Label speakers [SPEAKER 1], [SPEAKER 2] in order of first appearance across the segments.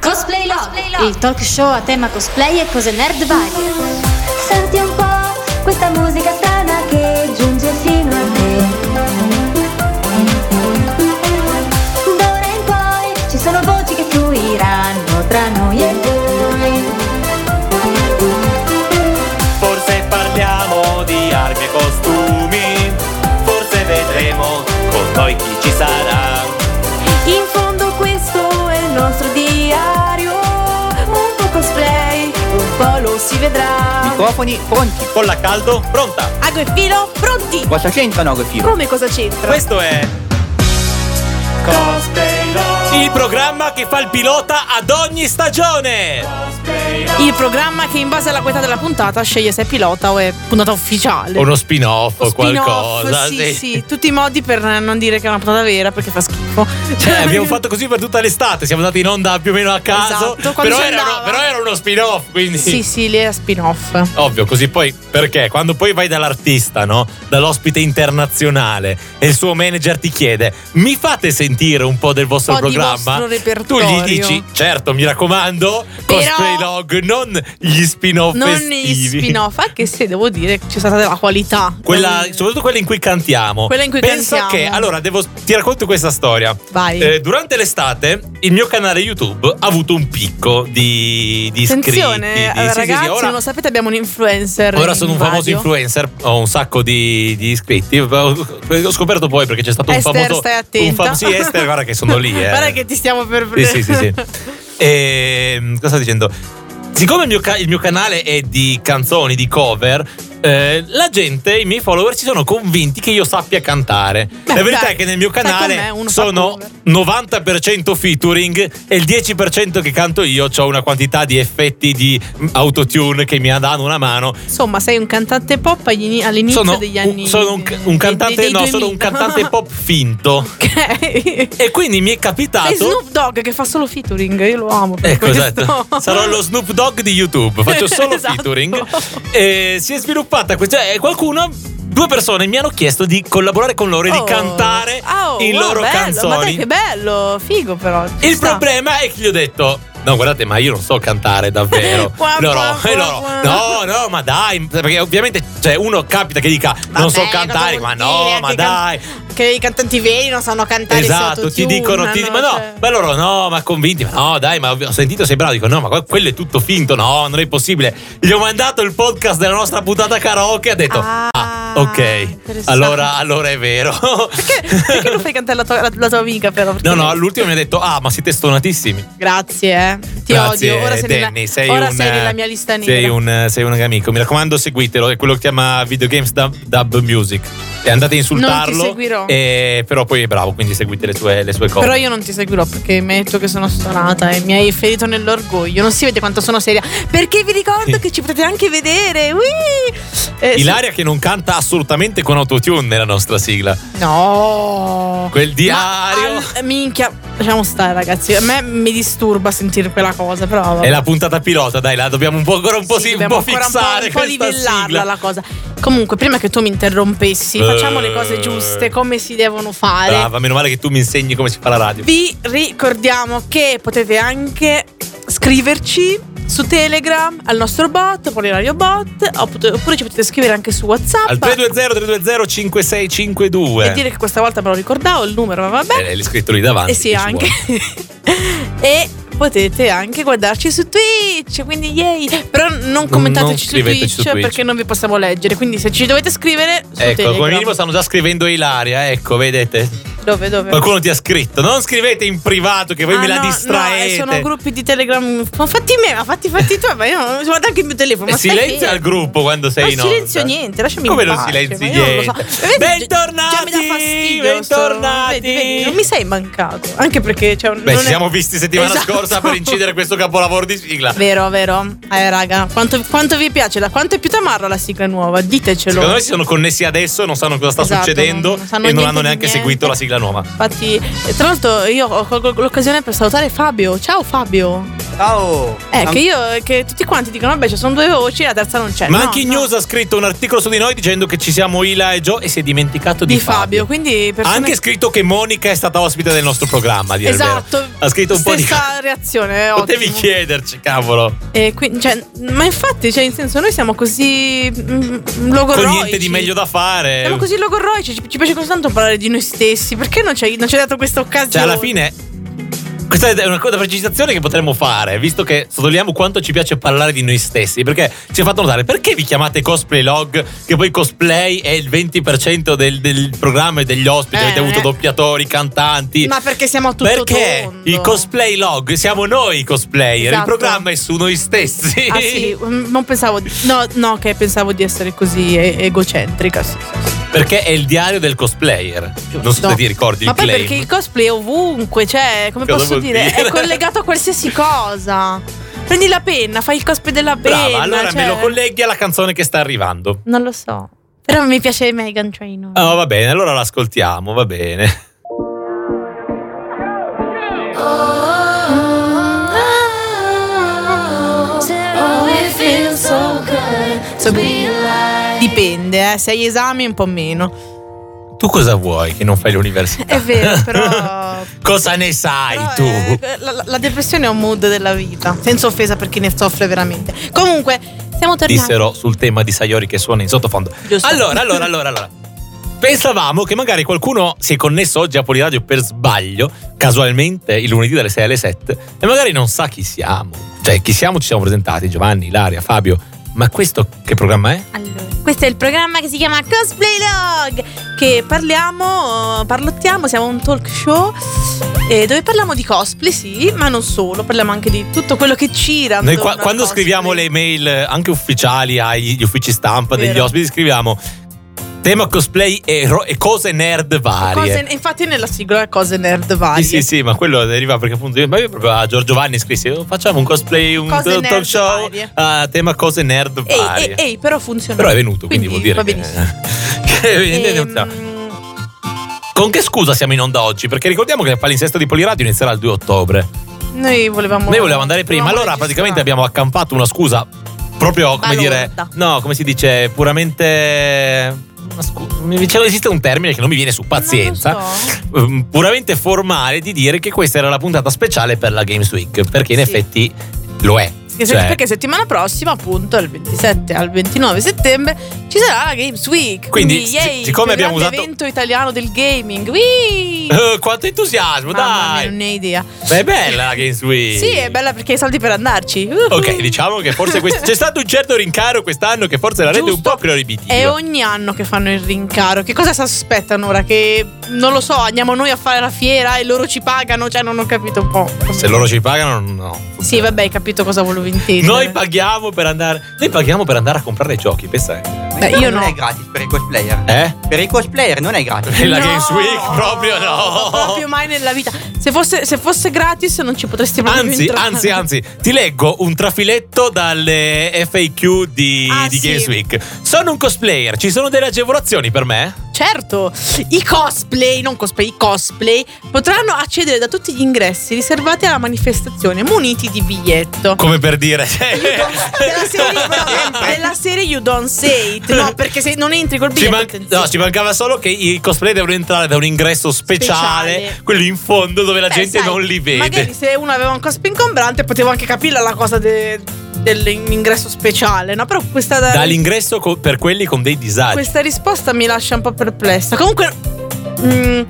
[SPEAKER 1] Cosplay Log, il talk show a tema cosplay e cose nerd varie.
[SPEAKER 2] Senti un po' questa musica strana che giunge fino a te. D'ora in poi ci sono voci che fluiranno tra noi e voi.
[SPEAKER 3] Forse parliamo di armi e costumi, forse vedremo con noi chi ci sarà.
[SPEAKER 4] In fondo questo è il nostro diario, un po' cosplay, un po' lo si vedrà.
[SPEAKER 5] Microfoni pronti.
[SPEAKER 3] Con la caldo pronta.
[SPEAKER 4] Ago e filo, pronti!
[SPEAKER 5] Cosa c'entrano che filo?
[SPEAKER 4] Come cosa c'entra?
[SPEAKER 3] Questo è Cosplay Log, il programma che fa il pilota ad ogni stagione.
[SPEAKER 4] Il programma che in base alla qualità della puntata sceglie se è pilota o è puntata ufficiale.
[SPEAKER 3] Uno spin-off
[SPEAKER 4] O
[SPEAKER 3] o
[SPEAKER 4] spin-off,
[SPEAKER 3] qualcosa.
[SPEAKER 4] sì, sì, tutti i modi per non dire che è una puntata vera perché fa schifo. Cioè,
[SPEAKER 3] Eh, abbiamo fatto così per tutta l'estate, siamo andati in onda più o meno a caso.
[SPEAKER 4] Esatto,
[SPEAKER 3] però,
[SPEAKER 4] quando si
[SPEAKER 3] era,
[SPEAKER 4] andava.
[SPEAKER 3] però era uno spin-off, quindi.
[SPEAKER 4] Sì, sì, lì è spin-off.
[SPEAKER 3] Ovvio, così poi perché? Quando poi vai dall'artista, no? Dall'ospite internazionale e il suo manager ti chiede: Mi fate sentire un po' del vostro
[SPEAKER 4] Un po' di
[SPEAKER 3] programma?
[SPEAKER 4] vostro
[SPEAKER 3] tu
[SPEAKER 4] repertorio.
[SPEAKER 3] gli dici: Certo, mi raccomando,
[SPEAKER 4] Però-
[SPEAKER 3] cosplay log, non gli spin-off.
[SPEAKER 4] Non gli
[SPEAKER 3] estivi."
[SPEAKER 4] spin-off, anche se devo dire che c'è stata della qualità.
[SPEAKER 3] Quella-
[SPEAKER 4] Non-
[SPEAKER 3] soprattutto quella in cui cantiamo.
[SPEAKER 4] Quella in cui
[SPEAKER 3] Pensa
[SPEAKER 4] cantiamo.
[SPEAKER 3] che, allora, devo, ti racconto questa storia.
[SPEAKER 4] Vai.
[SPEAKER 3] Eh, durante l'estate il mio canale YouTube ha avuto un picco di, di iscritti. di-
[SPEAKER 4] Attenzione,
[SPEAKER 3] sì, sì, sì,
[SPEAKER 4] ragazzi,
[SPEAKER 3] ora-
[SPEAKER 4] non lo sapete, abbiamo un influencer.
[SPEAKER 3] Ora
[SPEAKER 4] in
[SPEAKER 3] sono un famoso
[SPEAKER 4] radio.
[SPEAKER 3] influencer, ho un sacco di, di iscritti. Ho scoperto poi perché c'è stato
[SPEAKER 4] Esther,
[SPEAKER 3] un famoso.
[SPEAKER 4] stai
[SPEAKER 3] un
[SPEAKER 4] attenta.
[SPEAKER 3] fam- sì, Esther, guarda che sono lì. Eh.
[SPEAKER 4] Guarda che ti stiamo per
[SPEAKER 3] Sì, sì, sì. sì. Ehm, cosa sto dicendo? Siccome il mio, ca- il mio canale è di canzoni, di cover, eh, la gente, i miei follower, si sono convinti che io sappia cantare.
[SPEAKER 4] Beh,
[SPEAKER 3] la verità
[SPEAKER 4] dai,
[SPEAKER 3] è che nel mio
[SPEAKER 4] sai com'è,
[SPEAKER 3] canale
[SPEAKER 4] uno fa
[SPEAKER 3] sono
[SPEAKER 4] cover.
[SPEAKER 3] 90% featuring e il 10% che canto io ho una quantità di effetti di autotune che mi danno una mano
[SPEAKER 4] Insomma, sei un cantante pop agli- all'inizio
[SPEAKER 3] sono
[SPEAKER 4] degli anni.
[SPEAKER 3] un, sono un, ca- un cantante
[SPEAKER 4] dei- dei
[SPEAKER 3] no sono un
[SPEAKER 4] 2000.
[SPEAKER 3] cantante pop finto
[SPEAKER 4] Ok.
[SPEAKER 3] e quindi mi è
[SPEAKER 4] Sei
[SPEAKER 3] capitato
[SPEAKER 4] Snoop Dogg che fa solo featuring, io lo amo. per
[SPEAKER 3] Ecco,
[SPEAKER 4] questo.
[SPEAKER 3] esatto. Sarò lo Snoop Dogg di YouTube. Faccio solo
[SPEAKER 4] Esatto.
[SPEAKER 3] featuring. E si è sviluppata questa. e qualcuno. Due persone mi hanno chiesto di collaborare con loro e
[SPEAKER 4] Oh.
[SPEAKER 3] di cantare
[SPEAKER 4] Oh,
[SPEAKER 3] in
[SPEAKER 4] wow,
[SPEAKER 3] loro
[SPEAKER 4] bello. Ma
[SPEAKER 3] canzoni.
[SPEAKER 4] dai, che bello, figo però. ci
[SPEAKER 3] Il
[SPEAKER 4] sta.
[SPEAKER 3] problema è che gli ho detto. No, guardate, ma io non so cantare davvero.
[SPEAKER 4] Qua,
[SPEAKER 3] loro,
[SPEAKER 4] qua, qua,
[SPEAKER 3] e loro,
[SPEAKER 4] qua.
[SPEAKER 3] no, no, ma dai. Perché ovviamente, cioè, uno capita che dica non so
[SPEAKER 4] Vabbè,
[SPEAKER 3] cantare, ma
[SPEAKER 4] cosa vuol
[SPEAKER 3] no,
[SPEAKER 4] dire
[SPEAKER 3] ma
[SPEAKER 4] che can-
[SPEAKER 3] dai.
[SPEAKER 4] Che i cantanti veri non sanno cantare si
[SPEAKER 3] Esatto, ti dicono, ti, ma
[SPEAKER 4] autotunano,
[SPEAKER 3] no,
[SPEAKER 4] cioè.
[SPEAKER 3] ma loro no, ma convinti, ma no, dai, ma ho sentito sei bravo, dico no, ma que- quello è tutto finto, no, non è possibile. Gli ho mandato il podcast della nostra puntata karaoke e ha detto, ah,
[SPEAKER 4] Ah,
[SPEAKER 3] ok,
[SPEAKER 4] interessante.
[SPEAKER 3] allora, allora è vero.
[SPEAKER 4] Perché, perché lo fai cantare la tua, la- la tua amica però? Perché-
[SPEAKER 3] No, no, all'ultimo mi ha detto, ah, ma siete stonatissimi.
[SPEAKER 4] Grazie, eh. Ti
[SPEAKER 3] Grazie,
[SPEAKER 4] odio. Ora sei,
[SPEAKER 3] Danny,
[SPEAKER 4] nella,
[SPEAKER 3] sei,
[SPEAKER 4] ora
[SPEAKER 3] un,
[SPEAKER 4] sei nella
[SPEAKER 3] eh,
[SPEAKER 4] mia lista nera.
[SPEAKER 3] Sei un, eh, sei un amico, mi raccomando seguitelo, è quello che chiama Videogames Dub, Dub Music. E andate a insultarlo,
[SPEAKER 4] seguirò.
[SPEAKER 3] e- però poi è bravo, quindi seguite le sue, le sue cose.
[SPEAKER 4] Però io non ti seguirò perché mi hai detto che sono stonata e mi hai ferito nell'orgoglio. Non si vede quanto sono seria. Perché vi ricordo che ci potete anche vedere. Ui! Eh, sì.
[SPEAKER 3] Ilaria che non canta assolutamente con autotune nella nostra sigla.
[SPEAKER 4] No.
[SPEAKER 3] Quel
[SPEAKER 4] Ma
[SPEAKER 3] diario.
[SPEAKER 4] al- minchia, lasciamo stare ragazzi. A me mi disturba sentire quella cosa, però vabbè.
[SPEAKER 3] È la puntata pilota, dai, la dobbiamo un po', ancora un po',
[SPEAKER 4] Sì,
[SPEAKER 3] sì, un
[SPEAKER 4] dobbiamo
[SPEAKER 3] po
[SPEAKER 4] ancora
[SPEAKER 3] fissare
[SPEAKER 4] un po', un po'
[SPEAKER 3] questa
[SPEAKER 4] livellarla
[SPEAKER 3] sigla.
[SPEAKER 4] la cosa. Comunque, prima che tu mi interrompessi, facciamo le
[SPEAKER 3] Eh.
[SPEAKER 4] cose giuste, come si devono fare.
[SPEAKER 3] Brava, meno male che tu mi insegni come si fa la radio.
[SPEAKER 4] Vi ricordiamo che potete anche scriverci su Telegram al nostro bot, Poliradio Bot, oppure oppure ci potete scrivere anche su WhatsApp.
[SPEAKER 3] Al 320-320-5652.
[SPEAKER 4] E dire che questa volta me lo ricordavo il numero, ma vabbè.
[SPEAKER 3] Eh, l'hai scritto lì davanti.
[SPEAKER 4] e sì,
[SPEAKER 3] che ci
[SPEAKER 4] anche.
[SPEAKER 3] vuole.
[SPEAKER 4] e potete anche guardarci su Twitch, quindi yay! Però non
[SPEAKER 3] Non
[SPEAKER 4] commentateci su,
[SPEAKER 3] scriveteci
[SPEAKER 4] Twitch
[SPEAKER 3] su Twitch.
[SPEAKER 4] perché non vi possiamo leggere, quindi se ci dovete scrivere su
[SPEAKER 3] Ecco, come
[SPEAKER 4] Telegram.
[SPEAKER 3] minimo stanno già scrivendo Ilaria, ecco, vedete?
[SPEAKER 4] Dove dove?
[SPEAKER 3] Qualcuno ti ha scritto, non scrivete in privato che voi
[SPEAKER 4] Ah,
[SPEAKER 3] me la
[SPEAKER 4] no,
[SPEAKER 3] distraete.
[SPEAKER 4] No, sono gruppi di Telegram. Ma fatti me, ma fatti fatti tu, ma io non guarda anche il mio telefono.
[SPEAKER 3] E
[SPEAKER 4] Ma
[SPEAKER 3] silenzio al gruppo quando sei
[SPEAKER 4] non
[SPEAKER 3] in onda.
[SPEAKER 4] silenzio niente, lasciami
[SPEAKER 3] Come
[SPEAKER 4] in
[SPEAKER 3] non
[SPEAKER 4] pace,
[SPEAKER 3] silenzi
[SPEAKER 4] ma io non lo so.
[SPEAKER 3] niente?
[SPEAKER 4] Vedi, già-
[SPEAKER 3] Bentornati,
[SPEAKER 4] Già mi dà fastidio. sto-
[SPEAKER 3] bentornati.
[SPEAKER 4] vedi, vedi, non mi sei mancato. Anche perché c'è un.
[SPEAKER 3] Beh,
[SPEAKER 4] non
[SPEAKER 3] ci
[SPEAKER 4] è-
[SPEAKER 3] siamo visti settimana
[SPEAKER 4] Esatto.
[SPEAKER 3] scorsa per incidere questo capolavoro di sigla.
[SPEAKER 4] Vero, vero. Eh, raga, quanto, quanto vi piace? Da quanto è più tamarra la sigla nuova? Ditecelo.
[SPEAKER 3] Secondo me si sono connessi adesso, non sanno cosa sta
[SPEAKER 4] Esatto,
[SPEAKER 3] succedendo
[SPEAKER 4] non- non sanno
[SPEAKER 3] e non
[SPEAKER 4] niente
[SPEAKER 3] hanno
[SPEAKER 4] di
[SPEAKER 3] neanche
[SPEAKER 4] niente.
[SPEAKER 3] seguito la sigla Gelanova.
[SPEAKER 4] Infatti, eh, tra l'altro, io colgo l'occasione per salutare Fabio. Ciao Fabio.
[SPEAKER 5] Ciao!
[SPEAKER 4] Eh,
[SPEAKER 5] Am-
[SPEAKER 4] che io, che tutti quanti dicono, vabbè, ci sono due voci, la terza non c'è.
[SPEAKER 3] Ma
[SPEAKER 4] Eh, No,
[SPEAKER 3] anche
[SPEAKER 4] no.
[SPEAKER 3] News ha scritto un articolo su di noi dicendo che ci siamo Ila e Joe e si è dimenticato di,
[SPEAKER 4] Di Fabio, quindi
[SPEAKER 3] Ha
[SPEAKER 4] persone
[SPEAKER 3] anche scritto che Monica è stata ospite del nostro programma. a dire il
[SPEAKER 4] Esatto.
[SPEAKER 3] vero. Ha scritto un po' di
[SPEAKER 4] Stessa reazione, eh,
[SPEAKER 3] Potevi
[SPEAKER 4] ottimo.
[SPEAKER 3] chiederci, cavolo.
[SPEAKER 4] E qui- cioè, ma infatti, cioè, in senso, noi siamo così mm, logorroici.
[SPEAKER 3] Con niente di meglio da fare.
[SPEAKER 4] Siamo così logorroici, ci, ci piace così tanto parlare di noi stessi. Perché non ci hai non ci hai dato questa occasione?
[SPEAKER 3] Cioè, alla fine. Questa è una cosa precisazione che potremmo fare, visto che sottolineiamo quanto ci piace parlare di noi stessi, perché ci ha fatto notare perché vi chiamate cosplay log, che poi cosplay è il 20% del, del programma e degli ospiti,
[SPEAKER 4] Eh.
[SPEAKER 3] avete avuto doppiatori, cantanti.
[SPEAKER 4] Ma perché siamo a tutto
[SPEAKER 3] perché
[SPEAKER 4] tondo.
[SPEAKER 3] il cosplay log siamo noi i cosplayer,
[SPEAKER 4] Esatto.
[SPEAKER 3] il programma è su noi stessi.
[SPEAKER 4] Ah sì, mm, non pensavo di- No, no, che pensavo di essere così e- egocentrica. sì, sì, sì.
[SPEAKER 3] Perché è il diario del cosplayer. Non so
[SPEAKER 4] No.
[SPEAKER 3] se ti ricordi
[SPEAKER 4] Ma
[SPEAKER 3] il
[SPEAKER 4] poi
[SPEAKER 3] claim.
[SPEAKER 4] perché il cosplay è ovunque, cioè, come
[SPEAKER 3] Cosa
[SPEAKER 4] posso
[SPEAKER 3] vuol
[SPEAKER 4] dire?
[SPEAKER 3] dire?
[SPEAKER 4] È collegato a qualsiasi cosa. Prendi la penna, fai il cosplay della penna.
[SPEAKER 3] Brava, allora
[SPEAKER 4] cioè,
[SPEAKER 3] me lo colleghi alla canzone che sta arrivando.
[SPEAKER 4] Non lo so. Però mi piace Megan Trainor.
[SPEAKER 3] Ah, va bene, allora l'ascoltiamo, va bene.
[SPEAKER 2] Oh, it feels so good to be alive.
[SPEAKER 4] Dipende, eh, se hai esami un po' meno.
[SPEAKER 3] Tu cosa vuoi che non fai l'università?
[SPEAKER 4] È vero, però...
[SPEAKER 3] cosa ne sai
[SPEAKER 4] però,
[SPEAKER 3] tu?
[SPEAKER 4] eh, la, la- la depressione è un mood della vita, senza offesa per chi ne soffre veramente. Comunque, siamo tornati.
[SPEAKER 3] Dissero sul tema di Sayori che suona in sottofondo.
[SPEAKER 4] Giusto.
[SPEAKER 3] Allora, allora, allora, allora. Pensavamo che magari qualcuno si è connesso oggi a Poliradio per sbaglio, casualmente il lunedì dalle 6 alle 7, e magari non sa chi siamo. Cioè, chi siamo ci siamo presentati, Giovanni, Ilaria, Fabio. Ma questo che programma è?
[SPEAKER 1] Allora.
[SPEAKER 4] Questo è il programma che si chiama Cosplay Log, che parliamo, parlottiamo, siamo un talk show eh, dove parliamo di cosplay, sì, ma non solo, parliamo anche di tutto quello che gira.
[SPEAKER 3] Noi
[SPEAKER 4] attorno
[SPEAKER 3] qua-
[SPEAKER 4] al
[SPEAKER 3] quando
[SPEAKER 4] cosplay.
[SPEAKER 3] scriviamo le mail eh, anche ufficiali agli gli uffici stampa degli
[SPEAKER 4] Vero.
[SPEAKER 3] ospiti, scriviamo tema cosplay e, ro- e cose nerd varie.
[SPEAKER 4] Cose- infatti nella sigla è cose nerd varie.
[SPEAKER 3] Sì, sì, sì, ma quello deriva perché appunto io, ma io proprio a Giorgio Vanni scrissi "Oh, facciamo un cosplay, un
[SPEAKER 4] Cose
[SPEAKER 3] talk
[SPEAKER 4] nerd
[SPEAKER 3] show
[SPEAKER 4] varie."
[SPEAKER 3] a tema cose nerd
[SPEAKER 4] Ehi,
[SPEAKER 3] varie.
[SPEAKER 4] ehi, ehi, però funziona.
[SPEAKER 3] Però è venuto, quindi, vuol
[SPEAKER 4] va
[SPEAKER 3] dire
[SPEAKER 4] benissimo.
[SPEAKER 3] che, che evidentemente-
[SPEAKER 4] Ehm,
[SPEAKER 3] Con che scusa siamo in onda oggi? Perché ricordiamo che il palinsesto di Poliradio inizierà il 2 ottobre.
[SPEAKER 4] Ehm, noi volevamo
[SPEAKER 3] Noi volevamo andare prima,
[SPEAKER 4] volevamo
[SPEAKER 3] allora praticamente
[SPEAKER 4] registrare.
[SPEAKER 3] abbiamo accampato una scusa proprio come dire
[SPEAKER 4] Balorda.
[SPEAKER 3] No, come si dice, puramente una scu- mi- c'era- esiste un termine che non mi viene su pazienza.
[SPEAKER 4] Non lo so.
[SPEAKER 3] ehm, Puramente formale di dire che questa era la puntata speciale per la Games Week, perché in
[SPEAKER 4] Sì.
[SPEAKER 3] effetti lo è.
[SPEAKER 4] Perché, se-
[SPEAKER 3] Cioè,
[SPEAKER 4] perché settimana prossima, appunto, dal 27 al 29 settembre, ci sarà la Games Week.
[SPEAKER 3] Quindi,
[SPEAKER 4] Quindi, yay,
[SPEAKER 3] sic- siccome
[SPEAKER 4] il
[SPEAKER 3] abbiamo
[SPEAKER 4] grande
[SPEAKER 3] usato-
[SPEAKER 4] evento italiano del gaming. Whee!
[SPEAKER 3] eh, quanto entusiasmo,
[SPEAKER 4] Mamma mia,
[SPEAKER 3] dai!
[SPEAKER 4] non ne ho idea.
[SPEAKER 3] Ma è bella la Games Week.
[SPEAKER 4] Sì, è bella perché hai soldi per andarci.
[SPEAKER 3] Ok, diciamo che forse quest- c'è stato un certo rincaro quest'anno che forse la rende un
[SPEAKER 4] Giusto.
[SPEAKER 3] po' priorità.
[SPEAKER 4] È ogni anno che fanno il rincaro. Che cosa si aspettano ora? Che non lo so, andiamo noi a fare la fiera e loro ci pagano. Cioè, non ho capito un po'.
[SPEAKER 3] Se loro ci pagano, no.
[SPEAKER 4] Sì, vabbè, hai capito cosa volevo intendere.
[SPEAKER 3] Noi paghiamo per andare. Noi paghiamo per andare a comprare i giochi, pensa.
[SPEAKER 4] Beh, io
[SPEAKER 5] non
[SPEAKER 4] no.
[SPEAKER 5] è gratis per i cosplayer.
[SPEAKER 3] Eh?
[SPEAKER 5] Per i cosplayer non è gratis.
[SPEAKER 3] E la
[SPEAKER 4] No!
[SPEAKER 3] Games Week proprio no.
[SPEAKER 4] Proprio mai nella vita. Se fosse, se fosse gratis, non ci potresti proprio
[SPEAKER 3] Anzi,
[SPEAKER 4] entrare.
[SPEAKER 3] anzi, anzi, ti leggo un trafiletto dalle FAQ di,
[SPEAKER 4] Ah,
[SPEAKER 3] di
[SPEAKER 4] sì.
[SPEAKER 3] Games Week. Sono un cosplayer, ci sono delle agevolazioni per me?
[SPEAKER 4] Certo, i cosplay, non cosplay, i cosplay potranno accedere da tutti gli ingressi riservati alla manifestazione muniti di biglietto.
[SPEAKER 3] Come per dire. cioè,
[SPEAKER 4] Della serie, no, della serie You Don't Say It. No, perché se non entri col
[SPEAKER 3] Ci,
[SPEAKER 4] biglietto.
[SPEAKER 3] man-
[SPEAKER 4] attenzione.
[SPEAKER 3] no, ci mancava solo che i cosplay devono entrare da un ingresso speciale,
[SPEAKER 4] Speciale.
[SPEAKER 3] quello in fondo dove la
[SPEAKER 4] Beh,
[SPEAKER 3] gente
[SPEAKER 4] sai,
[SPEAKER 3] non li vede.
[SPEAKER 4] Magari se uno aveva un cosplay incombrante, potevo anche capirla la cosa de- dell'ingresso speciale. No, però questa.
[SPEAKER 3] Dall'ingresso co- per quelli con dei disagi.
[SPEAKER 4] Questa risposta mi lascia un po' perplessa. Comunque, mm,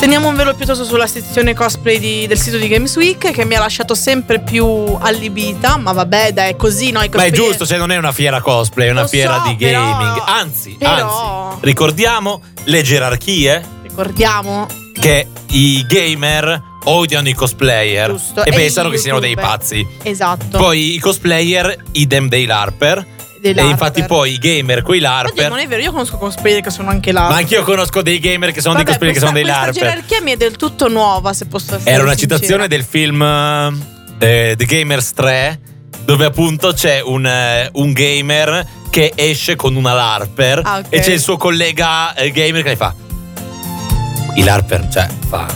[SPEAKER 4] teniamo un velo piuttosto sulla sezione cosplay di- del sito di Games Week, che mi ha lasciato sempre più allibita. Ma vabbè, dai, è così, no? i
[SPEAKER 3] Ma è
[SPEAKER 4] cosplayer-
[SPEAKER 3] giusto, cioè non è una fiera cosplay, è una
[SPEAKER 4] Lo
[SPEAKER 3] fiera
[SPEAKER 4] so,
[SPEAKER 3] di
[SPEAKER 4] però-
[SPEAKER 3] gaming. anzi,
[SPEAKER 4] però-
[SPEAKER 3] anzi, ricordiamo le gerarchie
[SPEAKER 4] Ricordiamo,
[SPEAKER 3] che i gamer odiano i cosplayer
[SPEAKER 4] Giusto,
[SPEAKER 3] e,
[SPEAKER 4] e
[SPEAKER 3] pensano
[SPEAKER 4] gli
[SPEAKER 3] che siano dei
[SPEAKER 4] youtuber.
[SPEAKER 3] pazzi.
[SPEAKER 4] esatto.
[SPEAKER 3] Poi i cosplayer, idem dei larper.
[SPEAKER 4] dei
[SPEAKER 3] E
[SPEAKER 4] larper.
[SPEAKER 3] infatti poi i gamer, quei
[SPEAKER 4] Oddio, non
[SPEAKER 3] larper.
[SPEAKER 4] è vero, io conosco cosplayer che sono anche là.
[SPEAKER 3] Ma anch'io conosco dei gamer che sono
[SPEAKER 4] Vabbè,
[SPEAKER 3] dei cosplayer
[SPEAKER 4] questa-
[SPEAKER 3] che sono dei
[SPEAKER 4] questa
[SPEAKER 3] larper.
[SPEAKER 4] gerarchia mi è del tutto nuova, se posso essere
[SPEAKER 3] Era una
[SPEAKER 4] sincera.
[SPEAKER 3] citazione del film eh, The Gamers 3, dove appunto c'è un, eh, un gamer che esce con una LARPer
[SPEAKER 4] Ah, ok.
[SPEAKER 3] e c'è il suo collega eh, gamer che le fa. i LARPer, cioè, fa.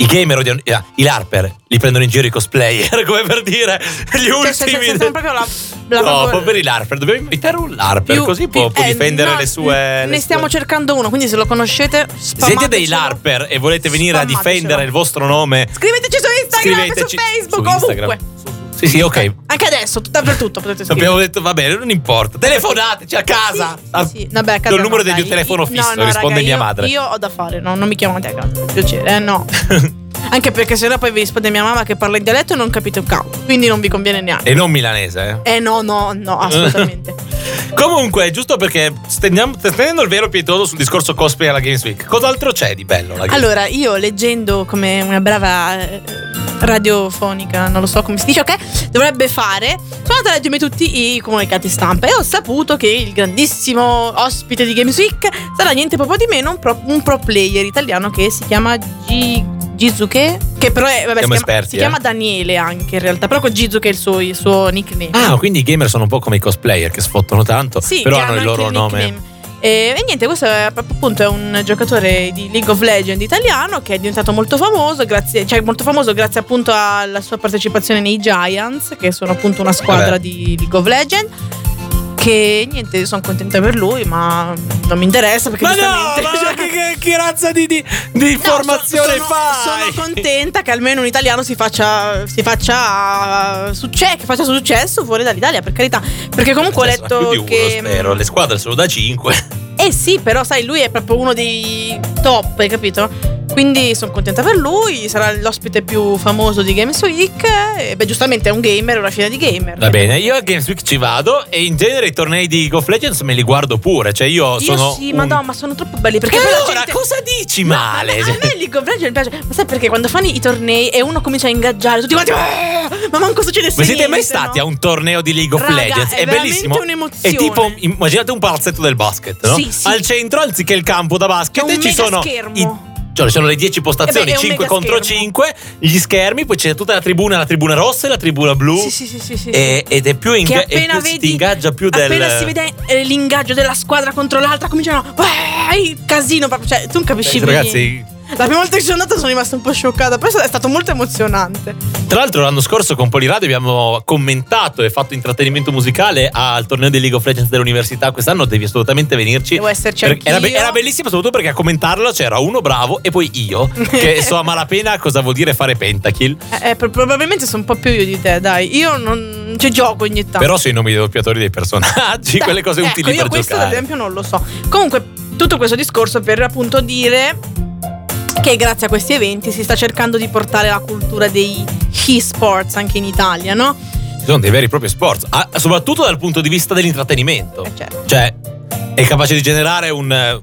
[SPEAKER 3] I gamer odiano. eh, I LARPer li prendono in giro i cosplayer, come per dire. Gli
[SPEAKER 4] Cioè, cioè,
[SPEAKER 3] ultimi.
[SPEAKER 4] cioè, sembra proprio la, la
[SPEAKER 3] no,
[SPEAKER 4] proprio-
[SPEAKER 3] poveri LARPer, dobbiamo invitare un LARPer,
[SPEAKER 4] più-
[SPEAKER 3] così può,
[SPEAKER 4] più-
[SPEAKER 3] può
[SPEAKER 4] eh,
[SPEAKER 3] difendere
[SPEAKER 4] no,
[SPEAKER 3] le sue.
[SPEAKER 4] Ne
[SPEAKER 3] cercando
[SPEAKER 4] stiamo cercando uno, quindi se lo conoscete,
[SPEAKER 3] Siete dei
[SPEAKER 4] spammatecelo.
[SPEAKER 3] LARPer e volete venire a
[SPEAKER 4] Spammatecelo.
[SPEAKER 3] difendere il vostro nome?
[SPEAKER 4] Scriveteci su Instagram,
[SPEAKER 3] Scriveteci
[SPEAKER 4] su Facebook,
[SPEAKER 3] su Instagram.
[SPEAKER 4] ovunque.
[SPEAKER 3] Sì, sì, ok.
[SPEAKER 4] Anche adesso, tutto dappertutto potete scrivere.
[SPEAKER 3] Abbiamo detto, va bene, non importa. Telefonateci a casa.
[SPEAKER 4] Sì,
[SPEAKER 3] Ah,
[SPEAKER 4] sì, sì. Vabbè, a casa
[SPEAKER 3] Il numero
[SPEAKER 4] no,
[SPEAKER 3] del mio
[SPEAKER 4] dai.
[SPEAKER 3] telefono
[SPEAKER 4] Io-
[SPEAKER 3] fisso,
[SPEAKER 4] no, no,
[SPEAKER 3] risponde
[SPEAKER 4] raga,
[SPEAKER 3] mia
[SPEAKER 4] io-
[SPEAKER 3] madre.
[SPEAKER 4] Io ho da fare, no, non mi chiamate a casa. Piacere, eh, no. Anche perché sennò poi vi risponde mia mamma che parla in dialetto e non capite un cavolo. Quindi non vi conviene neanche.
[SPEAKER 3] E non milanese,
[SPEAKER 4] Eh no, no, no, assolutamente.
[SPEAKER 3] eh. Comunque, giusto perché stendiamo, tenendo il vero pietoso sul discorso cosplay alla Games Week, cos'altro c'è di bello? La Games
[SPEAKER 4] Allora, io leggendo come una brava eh, radiofonica, non lo so come si dice, ok? Dovrebbe fare. Sono andata a leggermi tutti i comunicati stampa e ho saputo che il grandissimo ospite di Games Week sarà niente proprio di meno un pro, un pro player italiano che si chiama G. Jizuke, che però è, vabbè,
[SPEAKER 3] Siamo
[SPEAKER 4] si, chiama,
[SPEAKER 3] esperti,
[SPEAKER 4] si
[SPEAKER 3] eh.
[SPEAKER 4] chiama Daniele anche in realtà, però con Jizuke è il suo, il suo nickname.
[SPEAKER 3] Week? Ah, quindi i gamer sono un po' come i cosplayer che sfottono tanto,
[SPEAKER 4] Sì,
[SPEAKER 3] però
[SPEAKER 4] che
[SPEAKER 3] hanno il
[SPEAKER 4] anche
[SPEAKER 3] loro nome.
[SPEAKER 4] nickname. E, e niente, questo è app- appunto è un giocatore di League of Legends italiano che è diventato molto famoso, grazie, cioè molto famoso grazie appunto alla sua partecipazione nei Giants, che sono appunto una squadra
[SPEAKER 3] Vabbè.
[SPEAKER 4] di League of Legends. Che niente, sono contenta per lui, ma non mi interessa perché
[SPEAKER 3] Ma
[SPEAKER 4] giustamente.
[SPEAKER 3] no, ma
[SPEAKER 4] cioè-
[SPEAKER 3] che, che- che razza di, di, di
[SPEAKER 4] No,
[SPEAKER 3] formazione
[SPEAKER 4] sono, sono-
[SPEAKER 3] fai?
[SPEAKER 4] Sono contenta che almeno un italiano si faccia, si faccia successo, che faccia successo fuori dall'Italia, per carità. Perché comunque ho
[SPEAKER 3] Nel senso,
[SPEAKER 4] letto
[SPEAKER 3] Cioè, più di uno,
[SPEAKER 4] che. mm,
[SPEAKER 3] spero. Le squadre sono da 5.
[SPEAKER 4] Eh sì, però sai, lui è proprio uno dei top, hai capito? Quindi sono contenta per lui, sarà l'ospite più famoso di Games Week. E beh, giustamente è un gamer, è una fila di gamer.
[SPEAKER 3] Va bene, io a Games Week ci vado e in genere i tornei di League of Legends me li guardo pure. Cioè, io,
[SPEAKER 4] Io
[SPEAKER 3] sono.
[SPEAKER 4] sì,
[SPEAKER 3] un-
[SPEAKER 4] ma no, ma sono troppo belli. Perché
[SPEAKER 3] E
[SPEAKER 4] poi la
[SPEAKER 3] allora
[SPEAKER 4] gente-
[SPEAKER 3] cosa dici
[SPEAKER 4] No,
[SPEAKER 3] male? Cioè,
[SPEAKER 4] A me, a me League of Legends piace. Ma sai perché quando fanno i tornei e uno comincia a ingaggiare, tutti quanti. "Ah!" Ma manco succede
[SPEAKER 3] Ma
[SPEAKER 4] sempre.
[SPEAKER 3] siete mai stati a un torneo di League of
[SPEAKER 4] Raga,
[SPEAKER 3] Legends?
[SPEAKER 4] è
[SPEAKER 3] È,
[SPEAKER 4] veramente
[SPEAKER 3] bellissimo.
[SPEAKER 4] un'emozione.
[SPEAKER 3] È tipo, immaginate un palazzetto del basket, no?
[SPEAKER 4] Sì, sì.
[SPEAKER 3] Al centro, anziché il campo da basket,
[SPEAKER 4] C'è un
[SPEAKER 3] ci
[SPEAKER 4] mega
[SPEAKER 3] sono.
[SPEAKER 4] schermo.
[SPEAKER 3] i- cioè, ci sono le 10 postazioni,
[SPEAKER 4] Eh beh, è un
[SPEAKER 3] 5
[SPEAKER 4] mega
[SPEAKER 3] contro
[SPEAKER 4] schermo.
[SPEAKER 3] 5, gli schermi, poi c'è tutta la tribuna, la tribuna rossa e la tribuna blu.
[SPEAKER 4] Sì, sì, sì, sì, sì.
[SPEAKER 3] E- ed è più,
[SPEAKER 4] che
[SPEAKER 3] inga- e
[SPEAKER 4] appena
[SPEAKER 3] più si
[SPEAKER 4] vedi
[SPEAKER 3] ti ingaggia più del.
[SPEAKER 4] appena si vede eh, l'ingaggio della squadra contro l'altra cominciano "Ah, il casino proprio cioè tu non capisci più niente.
[SPEAKER 3] Ragazzi,
[SPEAKER 4] la prima volta che sono andata sono rimasta un po' scioccata però è stato molto emozionante
[SPEAKER 3] Tra l'altro l'anno scorso con Poliradio abbiamo commentato e fatto intrattenimento musicale al torneo di League of Legends dell'università. Quest'anno devi assolutamente venirci.
[SPEAKER 4] devo esserci
[SPEAKER 3] Per-
[SPEAKER 4] anch'io
[SPEAKER 3] Era, be- era bellissimo soprattutto perché a commentarlo c'era uno bravo e poi io, che so a malapena cosa vuol dire fare pentakill,
[SPEAKER 4] Eh, eh, pro- probabilmente sono un po' più io di te dai io non ci gioco ogni tanto
[SPEAKER 3] però sui nomi dei doppiatori dei personaggi,
[SPEAKER 4] Dai,
[SPEAKER 3] quelle cose
[SPEAKER 4] ecco,
[SPEAKER 3] utili
[SPEAKER 4] io
[SPEAKER 3] per
[SPEAKER 4] questo ad
[SPEAKER 3] giocare.
[SPEAKER 4] esempio non lo so comunque tutto questo discorso per appunto dire che grazie a questi eventi si sta cercando di portare la cultura dei e-sports anche in Italia no?
[SPEAKER 3] Ci Sono dei veri e propri sport, ah, soprattutto dal punto di vista dell'intrattenimento.
[SPEAKER 4] Eh, certo
[SPEAKER 3] Cioè, è capace di generare un, eh,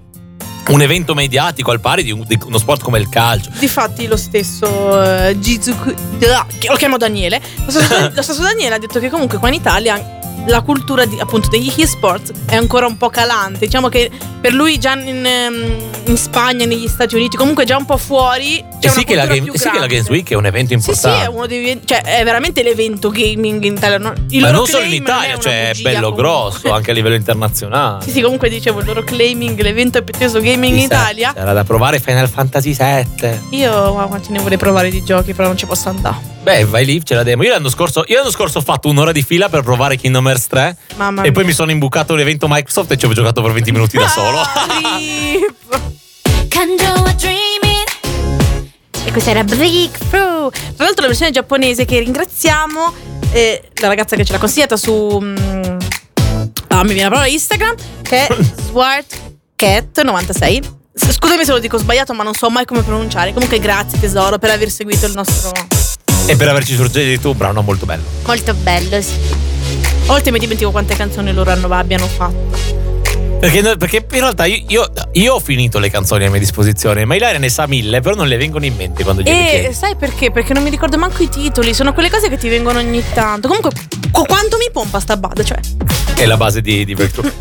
[SPEAKER 3] un evento mediatico al pari di un- di uno sport come il calcio.
[SPEAKER 4] Difatti lo stesso eh, Jizuku, da- che lo chiamo Daniele, lo stesso, lo stesso Daniele ha detto che comunque qua in Italia la cultura di- appunto degli e-sports è ancora un po' calante, diciamo che per lui già in, ehm, in Spagna, negli Stati Uniti, comunque già un po' fuori c'è
[SPEAKER 3] E
[SPEAKER 4] una
[SPEAKER 3] sì, che la
[SPEAKER 4] cultura
[SPEAKER 3] Game-
[SPEAKER 4] più
[SPEAKER 3] eh sì che la
[SPEAKER 4] grande.
[SPEAKER 3] Games Week è un evento
[SPEAKER 4] Sì, sì, è
[SPEAKER 3] importante.
[SPEAKER 4] uno dei cioè è veramente l'evento gaming in Italia, no? Il
[SPEAKER 3] Ma
[SPEAKER 4] loro
[SPEAKER 3] non solo in
[SPEAKER 4] claim non
[SPEAKER 3] Italia,
[SPEAKER 4] una
[SPEAKER 3] cioè è
[SPEAKER 4] bugia,
[SPEAKER 3] bello
[SPEAKER 4] comunque.
[SPEAKER 3] grosso anche a livello internazionale.
[SPEAKER 4] Sì, sì, comunque dicevo il loro claiming, l'evento piuttosto gaming in
[SPEAKER 3] Chissà,
[SPEAKER 4] Italia.
[SPEAKER 3] C'era da provare Final Fantasy VII.
[SPEAKER 4] Io guarda, ce ne vorrei provare di giochi, però non ci posso andare.
[SPEAKER 3] Beh, vai lì, ce la demo. Io l'anno scorso, io l'anno scorso ho fatto un'ora di fila per provare Kingdom Hearts 3.
[SPEAKER 4] Mamma Ah,
[SPEAKER 3] e poi mi sono imbucato l'evento Microsoft e ci ho giocato per 20 minuti da solo.
[SPEAKER 2] 간조와 dreaming
[SPEAKER 1] E questa era Breakthrough.
[SPEAKER 4] Tra l'altro la versione giapponese che ringraziamo eh, la ragazza che ce l'ha consigliata su mm, ah, mi viene la parola Instagram che è swartcat96. S- Scusami se lo dico sbagliato, ma non so mai come pronunciare. Comunque grazie tesoro per aver seguito il nostro
[SPEAKER 3] e per averci suggerito un brano molto bello.
[SPEAKER 1] Molto bello, sì.
[SPEAKER 4] Oltre mi dimentico quante canzoni loro hanno, abbiano fatto.
[SPEAKER 3] Perché, perché in realtà io, io- io ho finito le canzoni a mia disposizione, ma Ilaria ne sa mille, però non le vengono in mente quando gliele
[SPEAKER 4] E
[SPEAKER 3] chiedo.
[SPEAKER 4] sai perché? Perché non mi ricordo manco i titoli, sono quelle cose che ti vengono ogni tanto. Comunque, co- quanto mi pompa sta bada, cioè.
[SPEAKER 3] È la base di, di Breakthrough.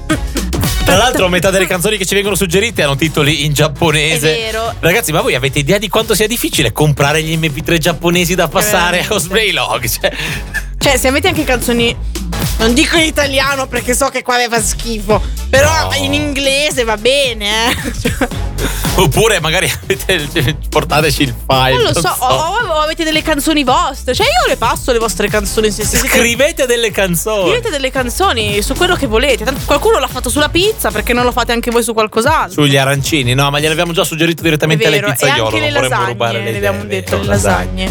[SPEAKER 3] Tra l'altro, metà delle canzoni che ci vengono suggerite hanno titoli in giapponese.
[SPEAKER 4] È vero.
[SPEAKER 3] Ragazzi, ma voi avete idea di quanto sia difficile comprare gli MP3 giapponesi da passare a
[SPEAKER 4] veramente.
[SPEAKER 3] Cosplay Log? Cioè,
[SPEAKER 4] Cioè, se avete anche canzoni Non dico in italiano perché so che qua fa schifo. Però
[SPEAKER 3] No.
[SPEAKER 4] in inglese va bene, eh. Cioè,
[SPEAKER 3] Oppure magari avete- cioè, portateci il file.
[SPEAKER 4] non lo so, O, o avete delle canzoni vostre. Cioè, io le passo le vostre canzoni se se siete
[SPEAKER 3] Scrivete delle canzoni
[SPEAKER 4] Scrivete delle canzoni su quello che volete. Tanto qualcuno l'ha fatto sulla pizza, perché non lo fate anche voi su qualcos'altro?
[SPEAKER 3] sugli arancini. No, ma gliel'abbiamo già suggerito direttamente
[SPEAKER 4] È
[SPEAKER 3] alle
[SPEAKER 4] vero, e
[SPEAKER 3] pizzaiolo.
[SPEAKER 4] anche le
[SPEAKER 3] non vorremmo
[SPEAKER 4] lasagne,
[SPEAKER 3] rubare le
[SPEAKER 4] le abbiamo
[SPEAKER 3] idee,
[SPEAKER 4] detto,
[SPEAKER 3] eh,
[SPEAKER 4] le lasagne.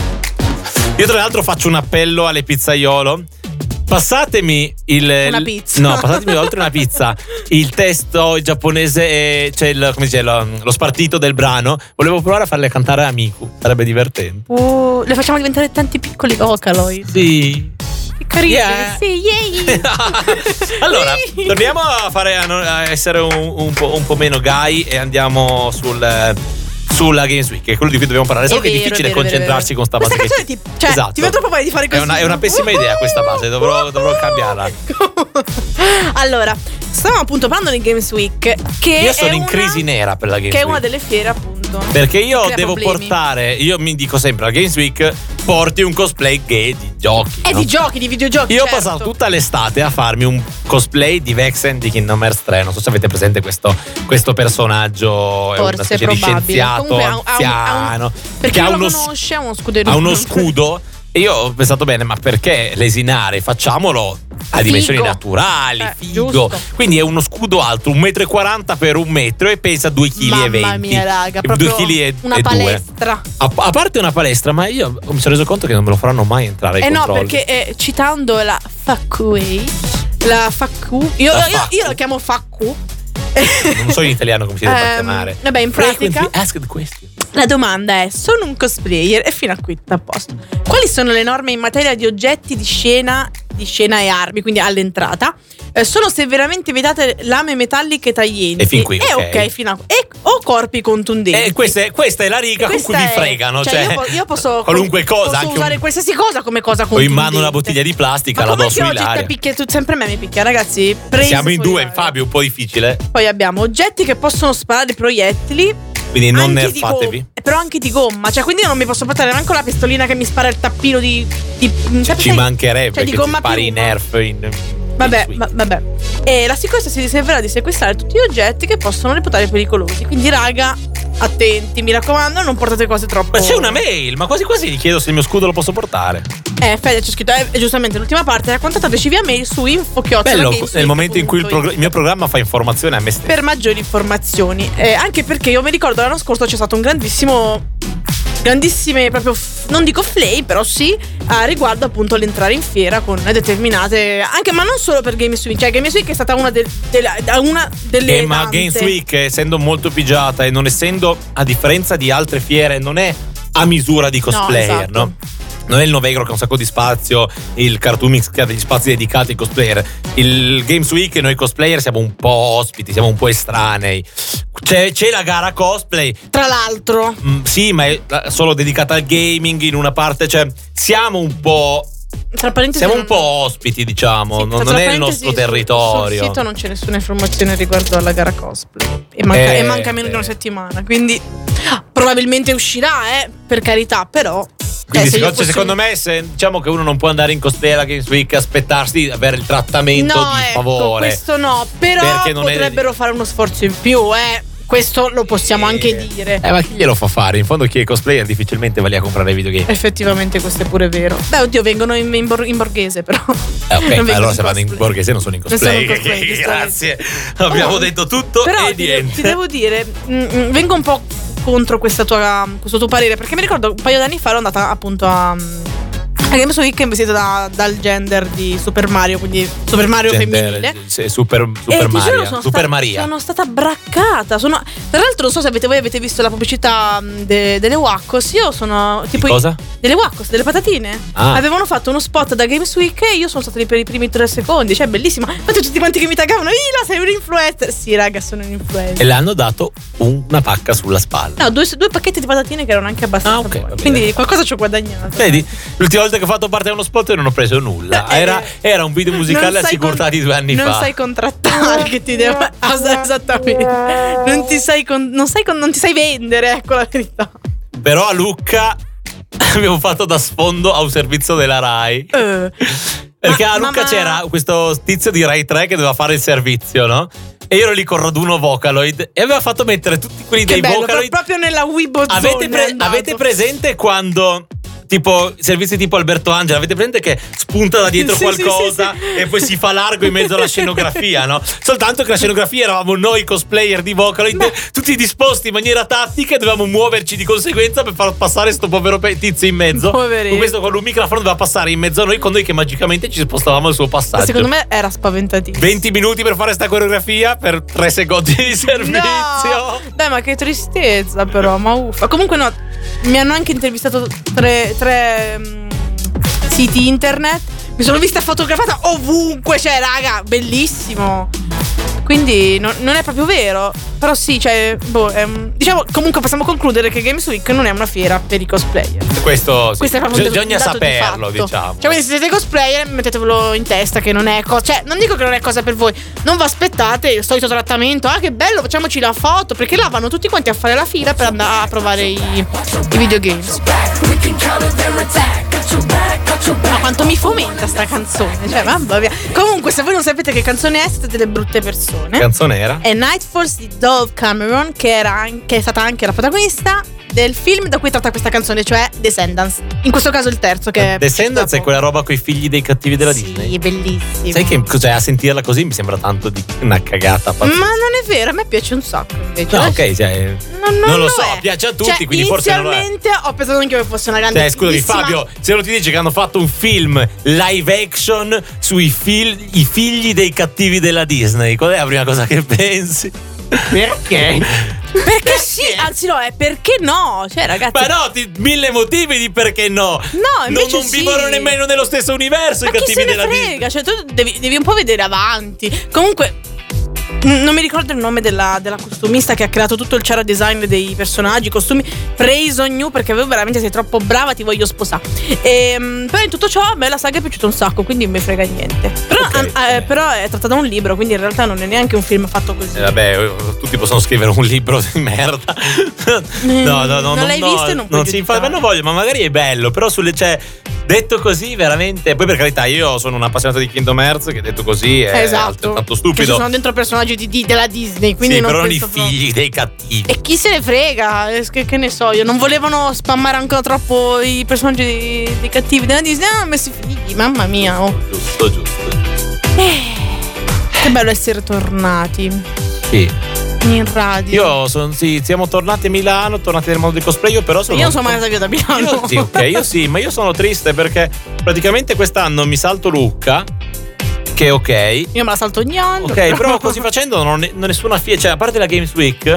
[SPEAKER 3] Io tra l'altro faccio un appello alle pizzaiolo. Passatemi il
[SPEAKER 4] Una
[SPEAKER 3] il-
[SPEAKER 4] pizza.
[SPEAKER 3] No, passatemi oltre una pizza. Il testo in giapponese e cioè il, come dice, lo, lo spartito del brano. Volevo provare a farle cantare a Miku, sarebbe divertente.
[SPEAKER 4] Uh, le facciamo diventare tanti piccoli vocaloid.
[SPEAKER 3] Sì.
[SPEAKER 4] Che carine.
[SPEAKER 3] Yeah.
[SPEAKER 4] Sì, yeah, yeah.
[SPEAKER 3] allora,
[SPEAKER 4] Sì.
[SPEAKER 3] torniamo a, fare, a non- a essere un, un po', un po' meno gay e andiamo sul, eh, sulla Games Week, che è quello di cui dobbiamo parlare. Solo
[SPEAKER 4] È
[SPEAKER 3] che è
[SPEAKER 4] vero,
[SPEAKER 3] difficile
[SPEAKER 4] è vero, è vero,
[SPEAKER 3] concentrarsi
[SPEAKER 4] è vero.
[SPEAKER 3] con sta base. che
[SPEAKER 4] Questa
[SPEAKER 3] Esatto.
[SPEAKER 4] canzone ti- cioè, ti vedo proprio voglia di fare Uh-huh.
[SPEAKER 3] È
[SPEAKER 4] così. Uh!
[SPEAKER 3] una, è una pessima
[SPEAKER 4] Uhuhu!
[SPEAKER 3] idea questa base, dovrò, dovrò cambiarla.
[SPEAKER 4] allora, stavamo appunto parlando di Games Week. Che
[SPEAKER 3] Io
[SPEAKER 4] è
[SPEAKER 3] sono in
[SPEAKER 4] una-
[SPEAKER 3] crisi nera per la Games
[SPEAKER 4] Che è
[SPEAKER 3] Week.
[SPEAKER 4] una delle fiere, appunto.
[SPEAKER 3] Perché io
[SPEAKER 4] Crea
[SPEAKER 3] devo
[SPEAKER 4] problemi.
[SPEAKER 3] portare, io mi dico sempre, alla Games Week porti un cosplay gay di giochi.
[SPEAKER 4] È
[SPEAKER 3] no?
[SPEAKER 4] Eh, di giochi, di videogiochi.
[SPEAKER 3] Io ho
[SPEAKER 4] certo.
[SPEAKER 3] passato tutta l'estate a farmi un cosplay di Vexen di Kingdom Hearts 3. Non so se avete presente questo, questo personaggio. è una
[SPEAKER 4] Forse è
[SPEAKER 3] specie di
[SPEAKER 4] probabile.
[SPEAKER 3] scienziato
[SPEAKER 4] Comunque ha un- ha un- ha un-
[SPEAKER 3] anziano. che
[SPEAKER 4] Per chi
[SPEAKER 3] ha
[SPEAKER 4] non
[SPEAKER 3] uno,
[SPEAKER 4] lo
[SPEAKER 3] s-
[SPEAKER 4] conosce, ha uno scudo
[SPEAKER 3] ha uno scudo. E io ho pensato bene, ma perché lesinare? Facciamolo a
[SPEAKER 4] Figo.
[SPEAKER 3] dimensioni naturali,
[SPEAKER 4] Eh,
[SPEAKER 3] figo.
[SPEAKER 4] giusto.
[SPEAKER 3] Quindi è uno scudo alto, 1,40 m per 1 metro e pesa 2,20 kg.
[SPEAKER 4] Mamma mia, raga, proprio
[SPEAKER 3] 2 kg e
[SPEAKER 4] una
[SPEAKER 3] e due.
[SPEAKER 4] palestra.
[SPEAKER 3] A, a parte una palestra, ma io mi sono reso conto che non me lo faranno mai entrare ai
[SPEAKER 4] Eh no,
[SPEAKER 3] controlli.
[SPEAKER 4] perché eh, citando la Fakuei, la Faku, io,
[SPEAKER 3] La
[SPEAKER 4] io- io
[SPEAKER 3] Facu.
[SPEAKER 4] la chiamo Faku.
[SPEAKER 3] Non so in italiano come si deve
[SPEAKER 4] Ehm,
[SPEAKER 3] chiamare.
[SPEAKER 4] vabbè, in pratica-
[SPEAKER 3] Frequently asked questions.
[SPEAKER 4] La domanda è: sono un cosplayer e fino a qui tutto a posto. Quali sono le norme in materia di oggetti di scena, di scena e armi, quindi all'entrata? Eh, sono severamente vietate lame metalliche taglienti.
[SPEAKER 3] E fin qui,
[SPEAKER 4] Eh,
[SPEAKER 3] ok.
[SPEAKER 4] fino a e, o corpi contundenti.
[SPEAKER 3] Eh, questa, è, questa è la riga con
[SPEAKER 4] Questa
[SPEAKER 3] cui mi
[SPEAKER 4] è-
[SPEAKER 3] fregano. Cioè,
[SPEAKER 4] io, po- io posso
[SPEAKER 3] Qualunque cosa.
[SPEAKER 4] posso
[SPEAKER 3] anche
[SPEAKER 4] usare
[SPEAKER 3] un-
[SPEAKER 4] qualsiasi cosa come cosa
[SPEAKER 3] Ho
[SPEAKER 4] contundente.
[SPEAKER 3] in mano una bottiglia di plastica,
[SPEAKER 4] Ma
[SPEAKER 3] la do
[SPEAKER 4] come che oggi
[SPEAKER 3] sull'aria.
[SPEAKER 4] ti picchia tu sempre me mi picchia, ragazzi? Preso
[SPEAKER 3] Siamo in
[SPEAKER 4] fuori
[SPEAKER 3] due,
[SPEAKER 4] aria.
[SPEAKER 3] Fabio, un po' difficile.
[SPEAKER 4] Poi abbiamo oggetti che possono sparare proiettili.
[SPEAKER 3] Quindi non
[SPEAKER 4] anche di
[SPEAKER 3] nerfatevi.
[SPEAKER 4] gomma- però anche di gomma. Cioè, quindi io non mi posso portare neanche la pistolina che mi spara il tappino di. di mm, sai-
[SPEAKER 3] Ci
[SPEAKER 4] sai-
[SPEAKER 3] mancherebbe
[SPEAKER 4] cioè, di
[SPEAKER 3] che
[SPEAKER 4] gomma
[SPEAKER 3] ti pari i
[SPEAKER 4] piuma.
[SPEAKER 3] nerf in.
[SPEAKER 4] Vabbè,
[SPEAKER 3] in-
[SPEAKER 4] ma- vabbè. E la sicurezza si riserverà di sequestrare tutti gli oggetti che possono reputare pericolosi. Quindi, raga, attenti, mi raccomando, non portate cose troppo.
[SPEAKER 3] Ma c'è una mail, ma quasi quasi gli chiedo se il mio scudo lo posso portare.
[SPEAKER 4] Eh, Fede c'è scritto, eh, giustamente, l'ultima parte. Raccontateci via mail su info
[SPEAKER 3] Bello, nel momento in cui il, progr- il mio programma fa informazione a me stesso.
[SPEAKER 4] per maggiori informazioni. Eh, anche perché io mi ricordo l'anno scorso c'è stato un grandissimo. Grandissime, proprio, f- non dico flay, però sì, a riguardo appunto l'entrare in fiera con determinate. Anche, ma non solo per Games Week, cioè Games Week è stata una, del- della- da- una delle.
[SPEAKER 3] Eh, ma
[SPEAKER 4] tante.
[SPEAKER 3] Games Week, essendo molto pigiata e non essendo, a differenza di altre fiere, non è a misura di cosplayer, no?
[SPEAKER 4] esatto.
[SPEAKER 3] Non è il Novegro che ha un sacco di spazio, il Cartoon Mix che ha degli spazi dedicati ai cosplayer. Il Games Week, noi cosplayer siamo un po' ospiti, siamo un po' estranei. C'è, c'è la gara cosplay,
[SPEAKER 4] Tra l'altro,
[SPEAKER 3] mm, sì, ma è eh, solo dedicata al gaming in una parte, cioè siamo un po'.
[SPEAKER 4] tra parentesi.
[SPEAKER 3] Siamo un
[SPEAKER 4] non-
[SPEAKER 3] po' ospiti, diciamo,
[SPEAKER 4] Sì,
[SPEAKER 3] non,
[SPEAKER 4] tra
[SPEAKER 3] non è il
[SPEAKER 4] parentesi,
[SPEAKER 3] nostro
[SPEAKER 4] sul-
[SPEAKER 3] territorio.
[SPEAKER 4] Sul sito non c'è nessuna informazione riguardo alla gara cosplay. E manca,
[SPEAKER 3] Eh,
[SPEAKER 4] e manca meno di una
[SPEAKER 3] eh.
[SPEAKER 4] settimana. Quindi ah, probabilmente uscirà, eh, per carità, però.
[SPEAKER 3] Quindi
[SPEAKER 4] eh, se io
[SPEAKER 3] secondo,
[SPEAKER 4] fossi
[SPEAKER 3] secondo
[SPEAKER 4] un-
[SPEAKER 3] me se, diciamo che uno non può andare in costiera alla Games Week e aspettarsi di avere il trattamento
[SPEAKER 4] no,
[SPEAKER 3] di
[SPEAKER 4] ecco,
[SPEAKER 3] favore.
[SPEAKER 4] questo no, però
[SPEAKER 3] Perché non è-
[SPEAKER 4] potrebbero fare uno sforzo in più, eh. Questo lo possiamo
[SPEAKER 3] Eh,
[SPEAKER 4] anche dire.
[SPEAKER 3] Eh, ma chi glielo fa fare? In fondo chi è cosplayer difficilmente va lì a comprare i videogame.
[SPEAKER 4] Effettivamente questo è pure vero. Beh, oddio, vengono in, in bor- in borghese, però.
[SPEAKER 3] Eh, ok, ma
[SPEAKER 4] Non vengono
[SPEAKER 3] allora
[SPEAKER 4] in
[SPEAKER 3] se vanno in
[SPEAKER 4] cosplay.
[SPEAKER 3] borghese non sono in
[SPEAKER 4] Non sono
[SPEAKER 3] cosplay.
[SPEAKER 4] in cosplay, giustamente.
[SPEAKER 3] Grazie. Abbiamo
[SPEAKER 4] Oh.
[SPEAKER 3] detto tutto
[SPEAKER 4] Però
[SPEAKER 3] e
[SPEAKER 4] ti, de-
[SPEAKER 3] niente.
[SPEAKER 4] ti devo dire, mm, mm, vengo un po' contro questa tua- questo tuo parere, perché mi ricordo un paio d'anni fa ero andata appunto a. mm, A Games Week investita da- dal gender di Super Mario, quindi Super Mario
[SPEAKER 3] Gender,
[SPEAKER 4] femminile.
[SPEAKER 3] sì, super super
[SPEAKER 4] Eh, ti giuro,
[SPEAKER 3] Maria.
[SPEAKER 4] sono
[SPEAKER 3] Super
[SPEAKER 4] sta-
[SPEAKER 3] Maria.
[SPEAKER 4] Sono stata braccata. sono- Tra l'altro, non so se avete, voi avete visto la pubblicità mh, de- delle Wackos. Io sono
[SPEAKER 3] Di
[SPEAKER 4] tipo.
[SPEAKER 3] cosa?
[SPEAKER 4] Delle Wackos, delle patatine.
[SPEAKER 3] Ah.
[SPEAKER 4] Avevano fatto uno spot da Games Week e io sono stata lì per i primi tre secondi. Cioè, bellissima. Infatti, tutti quanti che mi taggavano, Ila, sei un influencer. Sì, raga, sono un
[SPEAKER 3] E
[SPEAKER 4] influencer.
[SPEAKER 3] le hanno dato una pacca sulla spalla.
[SPEAKER 4] No, due, due pacchetti di patatine che erano anche abbastanza
[SPEAKER 3] Ah, ok,
[SPEAKER 4] buoni.
[SPEAKER 3] va bene.
[SPEAKER 4] Quindi qualcosa ci ho guadagnato.
[SPEAKER 3] Vedi, l'ultima volta che ho fatto parte di uno spot io non ho preso nulla.
[SPEAKER 4] Eh,
[SPEAKER 3] Era, era un video musicale
[SPEAKER 4] non
[SPEAKER 3] a
[SPEAKER 4] sai
[SPEAKER 3] Sigurtati
[SPEAKER 4] con-
[SPEAKER 3] due anni
[SPEAKER 4] non
[SPEAKER 3] fa.
[SPEAKER 4] sai contrattare che ti devo cosa- esattamente non ti sai con- non, sai con- non ti sai vendere ecco la verità
[SPEAKER 3] Però a Lucca abbiamo fatto da sfondo a un servizio della Rai.
[SPEAKER 4] Eh,
[SPEAKER 3] Perché
[SPEAKER 4] Ma-
[SPEAKER 3] a Lucca
[SPEAKER 4] ma-
[SPEAKER 3] c'era questo tizio di Rai 3 che doveva fare il servizio, no? E io ero lì con Roduno Vocaloid e aveva fatto mettere tutti quelli
[SPEAKER 4] Che
[SPEAKER 3] dei
[SPEAKER 4] bello,
[SPEAKER 3] Vocaloid.
[SPEAKER 4] pro- proprio nella Weibo Zone
[SPEAKER 3] Avete, pre-
[SPEAKER 4] è andato.
[SPEAKER 3] avete presente quando. Tipo servizi tipo Alberto Angela, avete presente che spunta da dietro
[SPEAKER 4] Sì, sì,
[SPEAKER 3] qualcosa
[SPEAKER 4] sì, sì.
[SPEAKER 3] e poi si fa largo in mezzo alla scenografia, no? Soltanto che la scenografia eravamo noi cosplayer di Vocaloid,
[SPEAKER 4] Ma-
[SPEAKER 3] tutti disposti in maniera tattica e dovevamo muoverci di conseguenza per far passare sto povero pe- tizio in mezzo.
[SPEAKER 4] Poverino.
[SPEAKER 3] Con questo con un microfono doveva passare in mezzo a noi con noi che magicamente ci spostavamo al suo passaggio.
[SPEAKER 4] Secondo me era spaventatissimo.
[SPEAKER 3] 20 minuti per fare sta coreografia per 3 secondi di servizio.
[SPEAKER 4] No! Dai, ma che tristezza, però, ma uffa. Comunque, no, mi hanno anche intervistato tre, tre, mm, siti internet. Mi sono vista fotografata ovunque, cioè, raga, bellissimo. Quindi no- non è proprio vero. Però sì, cioè, boh, è un- diciamo, comunque possiamo concludere che Games Week non è una fiera per i cosplayer.
[SPEAKER 3] Questo sì.
[SPEAKER 4] Questo è proprio un dato-
[SPEAKER 3] bisogna
[SPEAKER 4] un dato di
[SPEAKER 3] saperlo,
[SPEAKER 4] fatto.
[SPEAKER 3] diciamo.
[SPEAKER 4] Cioè, quindi se siete cosplayer, mettetevelo in testa che non è cosa. Cioè, non dico che non è cosa per voi. Non vi aspettate il solito trattamento. Ah, che bello, facciamoci la foto. Perché là vanno tutti quanti a fare la fila per andare a provare i, i videogames. Ma quanto mi fomenta sta canzone. Cioè, mamma mia. Comunque, se voi non sapete che canzone è, siete delle brutte persone.
[SPEAKER 3] canzone era?
[SPEAKER 4] È Nightfalls di Dove Cameron, che, era anche- che è stata anche la protagonista del film da cui è tratta questa canzone, cioè Descendants. In questo caso il terzo, che
[SPEAKER 3] Eh, Descendants è
[SPEAKER 4] dopo-
[SPEAKER 3] quella roba coi figli dei cattivi della
[SPEAKER 4] sì,
[SPEAKER 3] Disney.
[SPEAKER 4] bellissimo.
[SPEAKER 3] Sai che cioè, a sentirla così mi sembra tanto di una cagata
[SPEAKER 4] Ma
[SPEAKER 3] pazzesca.
[SPEAKER 4] non è vero, a me piace un sacco invece. Eh,
[SPEAKER 3] No, ok, cioè,
[SPEAKER 4] Non, non
[SPEAKER 3] non lo so,
[SPEAKER 4] è.
[SPEAKER 3] piace a tutti,
[SPEAKER 4] Cioè,
[SPEAKER 3] quindi forse non lo è.
[SPEAKER 4] Inizialmente ho pensato anche che fosse una grande
[SPEAKER 3] Cioè, scusami,
[SPEAKER 4] bellissima-
[SPEAKER 3] Fabio, se non ti dice che hanno fatto un film live action sui fil- i figli dei cattivi della Disney, qual è la prima cosa che pensi?
[SPEAKER 5] Perché?
[SPEAKER 4] Perché sì, anzi no, è perché no? Cioè, ragazzi,
[SPEAKER 3] Ma no, ti- mille motivi di perché no.
[SPEAKER 4] No,
[SPEAKER 3] non,
[SPEAKER 4] invece
[SPEAKER 3] non
[SPEAKER 4] sì.
[SPEAKER 3] vivono nemmeno nello stesso universo
[SPEAKER 4] Ma
[SPEAKER 3] i
[SPEAKER 4] chi
[SPEAKER 3] cattivi
[SPEAKER 4] se ne
[SPEAKER 3] della Disney.
[SPEAKER 4] frega? Cioè, tu devi, devi un po' vedere avanti. Comunque, mh, non mi ricordo il nome della, della costumista che ha creato tutto il chara design dei personaggi, costumi. Praiso New, perché voi veramente sei troppo brava, ti voglio sposare. Ehm, però in tutto ciò, a me la saga è piaciuta un sacco, quindi non mi frega niente. Però,
[SPEAKER 3] Ok,
[SPEAKER 4] an- eh,
[SPEAKER 3] bene.
[SPEAKER 4] però è tratta da un libro, quindi in realtà non è neanche un film fatto così.
[SPEAKER 3] Eh, vabbè, tutti possono scrivere un libro di merda. no, no, no.
[SPEAKER 4] Eh, non l'hai
[SPEAKER 3] no,
[SPEAKER 4] visto e non puoi
[SPEAKER 3] si fa,
[SPEAKER 4] giudicare.
[SPEAKER 3] ma non voglio, ma magari è bello. Però sulle. Cioè, detto così, veramente. Poi per carità, io sono un appassionato di Kingdom Hearts, che detto così è
[SPEAKER 4] esatto.
[SPEAKER 3] altrettanto
[SPEAKER 4] Che ci
[SPEAKER 3] stupido.
[SPEAKER 4] sono dentro personaggi di- di- della Disney, quindi
[SPEAKER 3] sì,
[SPEAKER 4] non
[SPEAKER 3] però non i
[SPEAKER 4] penso proprio-
[SPEAKER 3] figli dei cattivi.
[SPEAKER 4] E chi se ne frega? Eh, Che, che ne so io? Non volevano spammare ancora troppo i personaggi dei, dei cattivi della Disney. Hanno messo i figli, mamma mia. oh.
[SPEAKER 3] Giusto, giusto.
[SPEAKER 4] Che bello essere tornati
[SPEAKER 3] Sì.
[SPEAKER 4] in radio.
[SPEAKER 3] Io sono. Sì, siamo tornati a Milano, tornati nel mondo del cosplay. Io però sono.
[SPEAKER 4] Io non sono mai andata via da Milano.
[SPEAKER 3] Io sì, ok, io sì, ma io sono triste perché praticamente quest'anno mi salto Lucca, che è ok.
[SPEAKER 4] Io me la salto ogni anno.
[SPEAKER 3] Ok, però così facendo non ho ne- non nessuna fiera, cioè a parte la Games Week,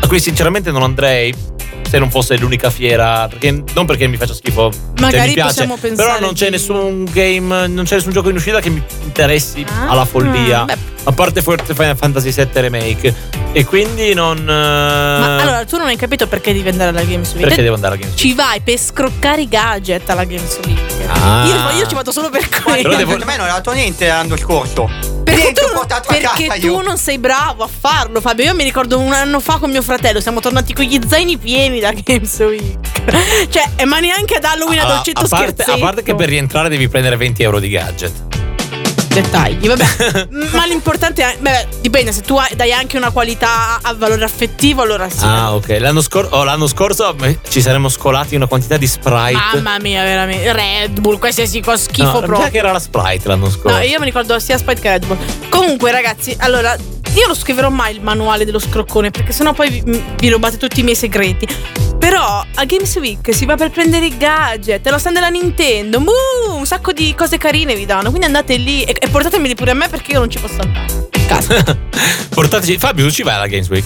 [SPEAKER 3] a cui sinceramente non andrei se non fosse l'unica fiera, perché non perché mi faccia schifo, cioè,
[SPEAKER 4] Magari
[SPEAKER 3] mi piace,
[SPEAKER 4] possiamo pensare
[SPEAKER 3] però non c'è
[SPEAKER 4] di-
[SPEAKER 3] nessun game, non c'è nessun gioco in uscita che mi interessi
[SPEAKER 4] Ah,
[SPEAKER 3] alla follia,
[SPEAKER 4] beh.
[SPEAKER 3] a parte forse Final Fantasy VII Remake e quindi non eh,
[SPEAKER 4] Ma allora tu non hai capito perché devi andare alla Games Week.
[SPEAKER 3] perché devo andare alla Games Week?
[SPEAKER 4] Ci vai per scroccare i gadget alla Games Week.
[SPEAKER 3] Ah.
[SPEAKER 4] Io, io ci vado solo per quello.
[SPEAKER 3] Però devo-
[SPEAKER 5] Secondo me non ha dato niente l'anno scorso.
[SPEAKER 4] Perché,
[SPEAKER 5] Niente,
[SPEAKER 4] tu,
[SPEAKER 5] ho
[SPEAKER 4] non,
[SPEAKER 5] portato a
[SPEAKER 4] perché
[SPEAKER 5] casa
[SPEAKER 4] tu
[SPEAKER 5] io.
[SPEAKER 4] non sei bravo a farlo, Fabio. Io mi ricordo un anno fa con mio fratello, siamo tornati con gli zaini pieni da Games Week. cioè, eh, ma neanche ad Halloween ad
[SPEAKER 3] Ah,
[SPEAKER 4] dolcetto
[SPEAKER 3] a, parte, a
[SPEAKER 4] scherzetto.
[SPEAKER 3] parte che per rientrare devi prendere 20 euro di gadget.
[SPEAKER 4] dettagli, vabbè. ma l'importante è. Beh, dipende, se tu hai- dai anche una qualità a valore affettivo, allora sì.
[SPEAKER 3] Ah, ok. L'anno, scor- oh, l'anno scorso eh, ci saremmo scolati una quantità di sprite.
[SPEAKER 4] Mamma mia, veramente. Red Bull, qualsiasi cosa schifo
[SPEAKER 3] no,
[SPEAKER 4] proprio.
[SPEAKER 3] Mi sa che era la Sprite l'anno scorso.
[SPEAKER 4] No, io mi ricordo sia Sprite che Red Bull. Comunque, ragazzi, allora. Io lo scriverò mai il manuale dello scroccone perché sennò poi vi, m- vi rubate tutti i miei segreti. Però a Games Week si va per prendere i gadget, lo stand della Nintendo, buh, un sacco di cose carine vi danno. Quindi andate lì e, e portatemeli pure a me perché io non ci posso andare. Cazzo.
[SPEAKER 3] Portateci. Fabio, tu ci vai alla Games Week?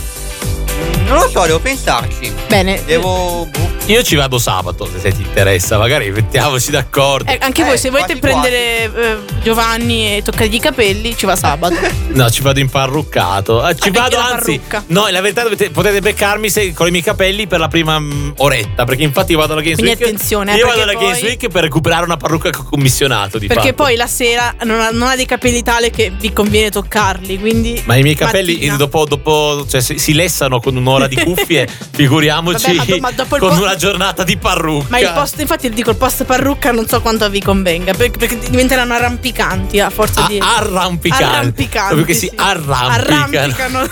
[SPEAKER 5] Non lo so, devo pensarci.
[SPEAKER 4] Bene.
[SPEAKER 5] Devo. boh.
[SPEAKER 3] Io ci vado sabato, se, se ti interessa. Magari mettiamoci d'accordo.
[SPEAKER 4] Eh, anche
[SPEAKER 5] Eh,
[SPEAKER 4] voi, se volete
[SPEAKER 5] quasi quasi.
[SPEAKER 4] prendere eh, Giovanni e toccargli i capelli, ci va sabato.
[SPEAKER 3] No, ci vado imparruccato. Eh, ci
[SPEAKER 4] Ah, perché
[SPEAKER 3] vado,
[SPEAKER 4] la
[SPEAKER 3] anzi.
[SPEAKER 4] parrucca?
[SPEAKER 3] No, la verità dovete- potete beccarmi se- con i miei capelli per la prima mm, oretta. Perché infatti vado alla Games
[SPEAKER 4] Quindi
[SPEAKER 3] Week.
[SPEAKER 4] attenzione, eh,
[SPEAKER 3] Io vado
[SPEAKER 4] perché
[SPEAKER 3] alla
[SPEAKER 4] poi-
[SPEAKER 3] Games Week per recuperare una parrucca che ho commissionato. Di
[SPEAKER 4] perché
[SPEAKER 3] fatto.
[SPEAKER 4] poi la sera non ha, non ha dei capelli tale che vi conviene toccarli. Quindi.
[SPEAKER 3] Ma i miei capelli
[SPEAKER 4] mattina.
[SPEAKER 3] dopo, dopo- cioè, si, si lessano con un'ora di cuffie, figuriamoci
[SPEAKER 4] Vabbè, ma do- ma dopo il
[SPEAKER 3] con
[SPEAKER 4] po-
[SPEAKER 3] una la giornata di parrucca.
[SPEAKER 4] Ma il post, infatti dico il post parrucca non so quanto vi convenga, per- perché diventeranno arrampicanti a forza
[SPEAKER 3] A-
[SPEAKER 4] di...
[SPEAKER 3] Ah, arrampicanti.
[SPEAKER 4] Arrampicanti,
[SPEAKER 3] Proprio che si
[SPEAKER 4] sì.
[SPEAKER 3] arrampicano.
[SPEAKER 4] Arrampicano.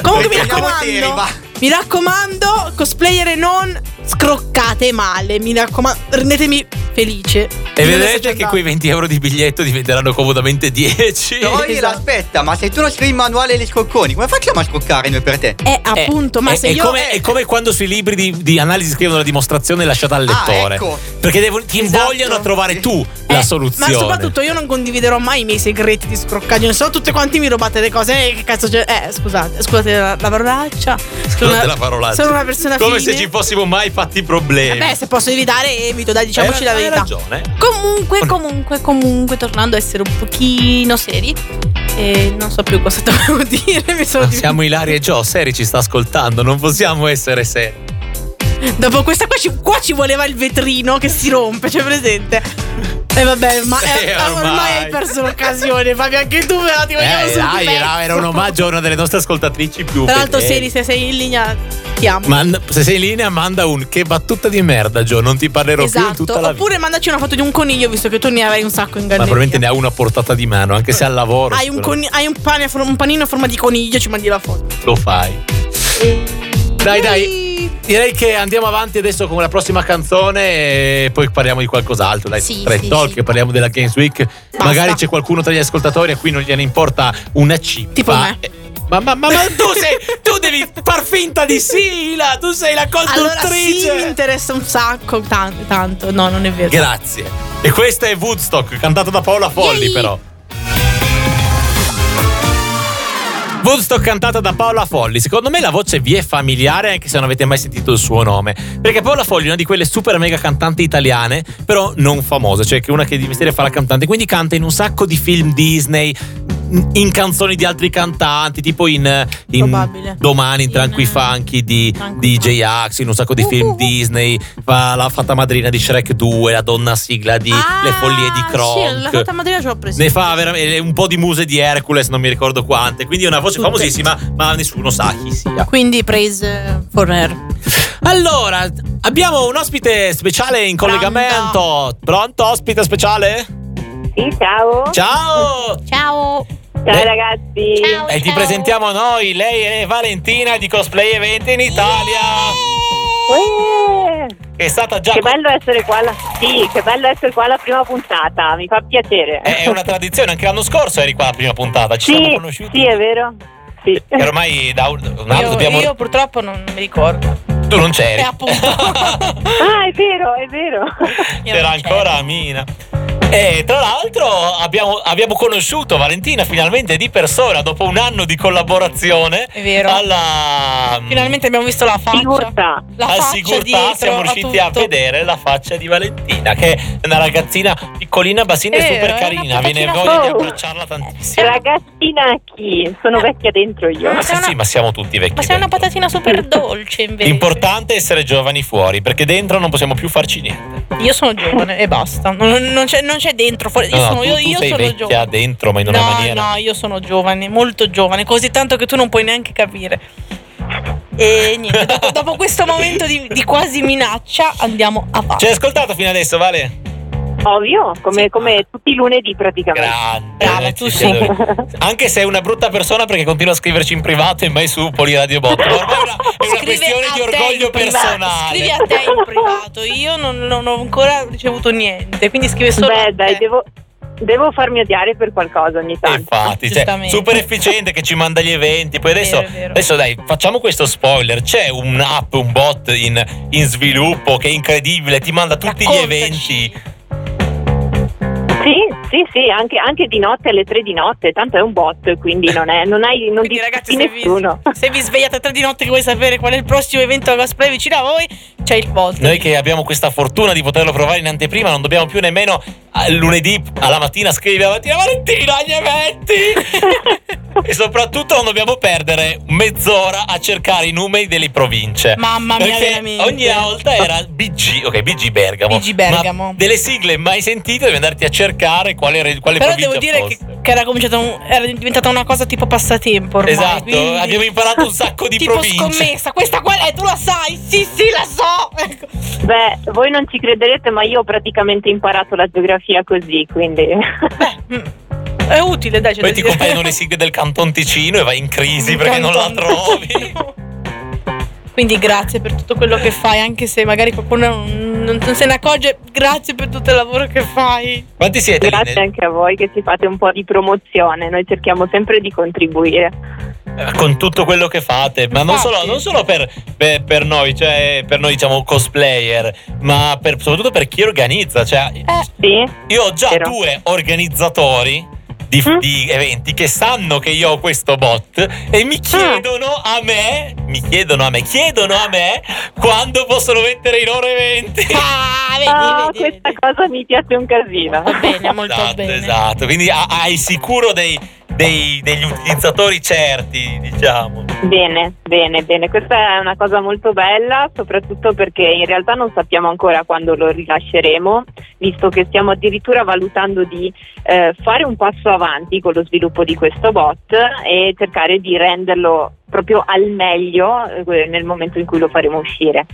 [SPEAKER 4] Comunque mi
[SPEAKER 5] Perché andiamo seri,
[SPEAKER 4] raccomando,
[SPEAKER 5] va.
[SPEAKER 4] mi raccomando, cosplayer e non scroccate male, mi raccomando, rendetemi felice.
[SPEAKER 3] E
[SPEAKER 4] Io adesso ci
[SPEAKER 3] vedrete che
[SPEAKER 4] andavo.
[SPEAKER 3] quei 20 euro di biglietto diventeranno comodamente 10.
[SPEAKER 5] Poi
[SPEAKER 4] Esatto.
[SPEAKER 5] aspetta, ma se tu non scrivi il manuale degli scocconi, come facciamo a scoccare noi per te?
[SPEAKER 4] Eh, appunto, ma
[SPEAKER 3] è,
[SPEAKER 4] se
[SPEAKER 3] è
[SPEAKER 4] io... eh.
[SPEAKER 3] come, è come quando sui libri di, di analisi scrivono la dimostrazione lasciata al
[SPEAKER 5] Ah,
[SPEAKER 3] lettore.
[SPEAKER 5] ecco.
[SPEAKER 3] Perché devo- ti
[SPEAKER 5] Esatto.
[SPEAKER 3] invogliano a trovare tu
[SPEAKER 4] Eh,
[SPEAKER 3] la soluzione.
[SPEAKER 4] Ma soprattutto io non condividerò mai i miei segreti di scroccaglio. Se no, tutte quanti mi rubate le cose. Eh, che cazzo c'è? Eh, scusate, scusate la, la parolaccia. Sono
[SPEAKER 3] Scusate
[SPEAKER 4] una-
[SPEAKER 3] la parolaccia.
[SPEAKER 4] Sono una persona
[SPEAKER 3] Come
[SPEAKER 4] fine.
[SPEAKER 3] se ci fossimo mai fatti problemi. Eh,
[SPEAKER 4] Vabbè, se posso evitare, evito, dai, diciamoci
[SPEAKER 3] Hai-
[SPEAKER 4] la
[SPEAKER 3] hai
[SPEAKER 4] verità.
[SPEAKER 3] ragione.
[SPEAKER 4] Comunque, comunque, comunque, tornando a essere un pochino seri. E non so più cosa dovevo dire. Mi sono
[SPEAKER 3] Ma
[SPEAKER 4] dimenticata.
[SPEAKER 3] Siamo Ilaria e Gio, Seri ci sta ascoltando, non possiamo essere seri.
[SPEAKER 4] Dopo questa qua ci, qua ci voleva il vetrino che si rompe, c'è presente? E vabbè, ma
[SPEAKER 3] Eh,
[SPEAKER 4] eh, ormai.
[SPEAKER 3] ormai.
[SPEAKER 4] hai perso l'occasione, Fabio, anche tu me la ti vogliamo
[SPEAKER 3] Eh,
[SPEAKER 4] sul
[SPEAKER 3] dai,
[SPEAKER 4] pezzo.
[SPEAKER 3] era, era un omaggio a una delle nostre ascoltatrici più
[SPEAKER 4] Tra l'altro,
[SPEAKER 3] fedeli.
[SPEAKER 4] Seri, se sei in linea, ti amo.
[SPEAKER 3] Man- se sei in linea, manda un che battuta di merda, Gio. Non ti parlerò più in
[SPEAKER 4] esatto.
[SPEAKER 3] tutta la vita.
[SPEAKER 4] Oppure mandaci una foto di un coniglio, visto che tu ne avrai un sacco in
[SPEAKER 3] Ma
[SPEAKER 4] galleria.
[SPEAKER 3] probabilmente ne ha una a portata di mano, anche se al lavoro.
[SPEAKER 4] Hai un,
[SPEAKER 3] sicuramente
[SPEAKER 4] coni- hai un pane a for- un panino a forma di coniglio, ci mandi la foto.
[SPEAKER 3] Lo fai. Dai, dai.
[SPEAKER 4] Ehi.
[SPEAKER 3] Direi che andiamo avanti adesso con la prossima canzone e poi parliamo di qualcos'altro. Dai,
[SPEAKER 1] Sì,
[SPEAKER 3] tre
[SPEAKER 1] sì,
[SPEAKER 3] talk,
[SPEAKER 1] sì.
[SPEAKER 3] parliamo della Games Week. Magari c'è qualcuno tra gli ascoltatori a cui non gliene importa una cippa.
[SPEAKER 4] Tipo me.
[SPEAKER 3] Eh, Ma, ma- ma- ma tu sei. tu devi far finta di sì, Ila, Tu sei la
[SPEAKER 4] Allora, sì,
[SPEAKER 3] conduttrice.
[SPEAKER 4] mi interessa un sacco. Tanto, tanto. no, non è vero.
[SPEAKER 3] Grazie. E questa è Woodstock, cantata da Paola Folli,
[SPEAKER 1] Yay!
[SPEAKER 3] però. Woodstock cantata da Paola Folli. Secondo me la voce vi è familiare anche se non avete mai sentito il suo nome. Perché Paola Folli è una di quelle super mega cantanti italiane, però non famosa, cioè che è una che di mestiere fa la cantante. Quindi canta in un sacco di film Disney, in canzoni di altri cantanti, tipo in, in
[SPEAKER 4] Probabile.
[SPEAKER 3] Domani, in
[SPEAKER 4] In,
[SPEAKER 3] Tranqui
[SPEAKER 4] eh,
[SPEAKER 3] Funky di,
[SPEAKER 4] Tranqui
[SPEAKER 3] di
[SPEAKER 4] Funky.
[SPEAKER 3] J-Ax, in un sacco di film
[SPEAKER 4] Uh, uh, uh.
[SPEAKER 3] Disney, fa la fata madrina di Shrek 2, la donna sigla di
[SPEAKER 4] Ah,
[SPEAKER 3] Le follie di
[SPEAKER 4] Sì, la fatta
[SPEAKER 3] Kronk.
[SPEAKER 4] materia ce l'ho presa.
[SPEAKER 3] Ne fa veramente un po' di muse di Hercules, non mi ricordo quante. Quindi è una voce
[SPEAKER 4] Tutte.
[SPEAKER 3] famosissima, ma nessuno sa chi sia.
[SPEAKER 4] Quindi praise eh, for her.
[SPEAKER 3] Allora, abbiamo un ospite speciale in
[SPEAKER 4] Pronto.
[SPEAKER 3] collegamento. Pronto, ospite speciale?
[SPEAKER 6] Sì, ciao.
[SPEAKER 3] Ciao!
[SPEAKER 1] Ciao.
[SPEAKER 6] Ciao
[SPEAKER 3] Eh.
[SPEAKER 6] ragazzi.
[SPEAKER 1] Ciao.
[SPEAKER 3] E ti presentiamo noi, lei è Valentina di Cosplay Event in Italia.
[SPEAKER 6] Eh,
[SPEAKER 3] È stata già
[SPEAKER 6] Che bello essere qua alla... Sì, che bello essere qua alla prima puntata, mi fa piacere.
[SPEAKER 3] È una tradizione, anche l'anno scorso eri qua alla prima puntata, ci siamo
[SPEAKER 6] Sì,
[SPEAKER 3] conosciuti.
[SPEAKER 6] sì, è vero. Sì.
[SPEAKER 3] E ormai da un, un anno
[SPEAKER 4] Io,
[SPEAKER 3] dobbiamo.
[SPEAKER 4] io purtroppo non mi ricordo.
[SPEAKER 3] Tu non c'eri.
[SPEAKER 4] Eh, appunto.
[SPEAKER 6] Ah, è vero, è vero.
[SPEAKER 4] Io
[SPEAKER 3] C'era
[SPEAKER 4] non c'ero.
[SPEAKER 3] ancora Mina. E tra l'altro abbiamo, abbiamo conosciuto Valentina finalmente di persona dopo un anno di collaborazione.
[SPEAKER 4] È vero.
[SPEAKER 3] Alla.
[SPEAKER 4] Finalmente abbiamo visto la faccia.
[SPEAKER 6] Sigurtà.
[SPEAKER 4] La
[SPEAKER 3] a
[SPEAKER 4] faccia
[SPEAKER 3] Sigurtà
[SPEAKER 4] dietro,
[SPEAKER 3] siamo riusciti a,
[SPEAKER 4] tutto.
[SPEAKER 3] vedere la faccia di Valentina, che è una ragazzina piccolina, bassina
[SPEAKER 4] È
[SPEAKER 3] e super
[SPEAKER 4] vero, è una
[SPEAKER 3] carina. Viene
[SPEAKER 4] piccolina
[SPEAKER 3] voglia di
[SPEAKER 6] foto.
[SPEAKER 3] abbracciarla tantissimo.
[SPEAKER 6] Ragazzina chi? Sono vecchia dentro io.
[SPEAKER 3] Ma sì,
[SPEAKER 4] una-
[SPEAKER 3] sì, ma siamo tutti vecchi.
[SPEAKER 4] Ma sei una
[SPEAKER 3] dentro.
[SPEAKER 4] patatina super
[SPEAKER 3] Certo.
[SPEAKER 4] dolce invece.
[SPEAKER 3] Importante essere giovani fuori, perché dentro non possiamo più farci niente.
[SPEAKER 4] Io sono giovane e basta. Non, non c'è, non c'è dentro. fuori- Io
[SPEAKER 3] No, no,
[SPEAKER 4] sono,
[SPEAKER 3] tu,
[SPEAKER 4] io,
[SPEAKER 3] tu
[SPEAKER 4] io
[SPEAKER 3] sei
[SPEAKER 4] sono
[SPEAKER 3] vecchia
[SPEAKER 4] giovane.
[SPEAKER 3] dentro, ma in una
[SPEAKER 4] no,
[SPEAKER 3] maniera.
[SPEAKER 4] no, io sono giovane, molto giovane, così tanto che tu non puoi neanche capire. E eh, niente, dopo, dopo questo momento di, di quasi minaccia andiamo avanti.
[SPEAKER 3] Ci hai ascoltato fino adesso, Vale?
[SPEAKER 6] Ovvio, come,
[SPEAKER 3] Sì.
[SPEAKER 6] come tutti i lunedì praticamente.
[SPEAKER 3] Grande.
[SPEAKER 4] Brava,
[SPEAKER 3] noi
[SPEAKER 4] tu
[SPEAKER 3] ci
[SPEAKER 4] sì.
[SPEAKER 3] siamo. Anche se è una brutta persona perché continua a scriverci in privato e mai su Poliradio Bot. Ma Ormai è una, è una
[SPEAKER 4] Scrive
[SPEAKER 3] questione
[SPEAKER 4] a
[SPEAKER 3] di
[SPEAKER 4] te
[SPEAKER 3] orgoglio
[SPEAKER 4] in privato,
[SPEAKER 3] personale.
[SPEAKER 4] Scrivi a te in privato, io non, non ho ancora ricevuto niente, quindi scrive solo a
[SPEAKER 6] Beh, dai,
[SPEAKER 4] te.
[SPEAKER 6] devo, devo farmi odiare per qualcosa ogni
[SPEAKER 3] Eh,
[SPEAKER 6] tanto.
[SPEAKER 3] Infatti, cioè,
[SPEAKER 4] Giustamente.
[SPEAKER 3] super efficiente che ci manda gli eventi. Poi adesso,
[SPEAKER 4] Vero, vero.
[SPEAKER 3] adesso dai, facciamo questo spoiler: c'è un'app, un bot in, in sviluppo che è incredibile, ti manda tutti gli
[SPEAKER 4] Raccontaci.
[SPEAKER 3] eventi.
[SPEAKER 6] Sì, sì, sì, anche, anche di notte alle tre di notte, tanto è un bot, quindi non, è, non hai non
[SPEAKER 4] Quindi
[SPEAKER 6] disturbi
[SPEAKER 4] ragazzi se vi,
[SPEAKER 6] nessuno.
[SPEAKER 4] se vi svegliate a 3 di notte che vuoi sapere qual è il prossimo evento cosplay vicino a voi, c'è il bot.
[SPEAKER 3] Noi che abbiamo questa fortuna di poterlo provare in anteprima, non dobbiamo più nemmeno eh, lunedì alla mattina scrivere la mattina Valentina gli eventi! e soprattutto non dobbiamo perdere mezz'ora a cercare i numeri delle province.
[SPEAKER 4] Mamma mia,
[SPEAKER 3] Perché
[SPEAKER 4] veramente.
[SPEAKER 3] ogni volta era BG, ok, BG Bergamo.
[SPEAKER 4] BG Bergamo.
[SPEAKER 3] Ma delle sigle mai sentite, devi andarti a cercare quale, re- quale
[SPEAKER 4] Però
[SPEAKER 3] provincia
[SPEAKER 4] devo dire
[SPEAKER 3] fosse.
[SPEAKER 4] che perché era, cominciata un- era diventata una cosa tipo passatempo ormai.
[SPEAKER 3] Esatto,
[SPEAKER 4] quindi-
[SPEAKER 3] abbiamo imparato un sacco di
[SPEAKER 4] tipo
[SPEAKER 3] province.
[SPEAKER 4] scommessa, questa quella è, tu la sai, sì sì la so. Ecco.
[SPEAKER 6] Beh, voi non ci crederete, ma io ho praticamente imparato la geografia così, quindi...
[SPEAKER 4] Beh, mm, è utile, dai. c'è
[SPEAKER 3] Poi
[SPEAKER 4] da
[SPEAKER 3] ti
[SPEAKER 4] dire.
[SPEAKER 3] compaiono le sigle del Canton Ticino e vai in crisi perché non la trovi.
[SPEAKER 4] Quindi grazie per tutto quello che fai, anche se magari qualcuno non, non- non se ne accorge, grazie per tutto il lavoro che fai.
[SPEAKER 3] Quanti siete? lì nel-
[SPEAKER 6] Grazie anche a voi che ci fate un po' di promozione, noi cerchiamo sempre di contribuire.
[SPEAKER 3] Eh, con tutto quello che fate, ma non solo,
[SPEAKER 4] Infatti.
[SPEAKER 3] non solo per, per- per noi, cioè per noi diciamo cosplayer, ma per- soprattutto per chi organizza. Cioè,
[SPEAKER 6] Sì?
[SPEAKER 3] io ho già
[SPEAKER 6] vero.
[SPEAKER 3] due organizzatori di,
[SPEAKER 6] Mm.
[SPEAKER 3] di eventi che sanno che io ho questo bot e
[SPEAKER 4] Mm.
[SPEAKER 3] mi chiedono a me, mi chiedono a me, chiedono a me quando possono mettere i loro eventi.
[SPEAKER 4] Ah, vedi,
[SPEAKER 6] Ah,
[SPEAKER 4] vedi,
[SPEAKER 6] questa
[SPEAKER 4] vedi.
[SPEAKER 6] cosa mi piace un casino.
[SPEAKER 4] Va bene, molto
[SPEAKER 3] esatto,
[SPEAKER 4] bene.
[SPEAKER 3] esatto. Quindi ha- hai sicuro dei- dei- degli utilizzatori certi, diciamo.
[SPEAKER 6] Bene, bene, bene. Questa è una cosa molto bella, soprattutto perché in realtà non sappiamo ancora quando lo rilasceremo, visto che stiamo addirittura valutando di eh, fare un passo avanti con lo sviluppo di questo bot e cercare di renderlo proprio al meglio eh, nel momento in cui lo faremo uscire.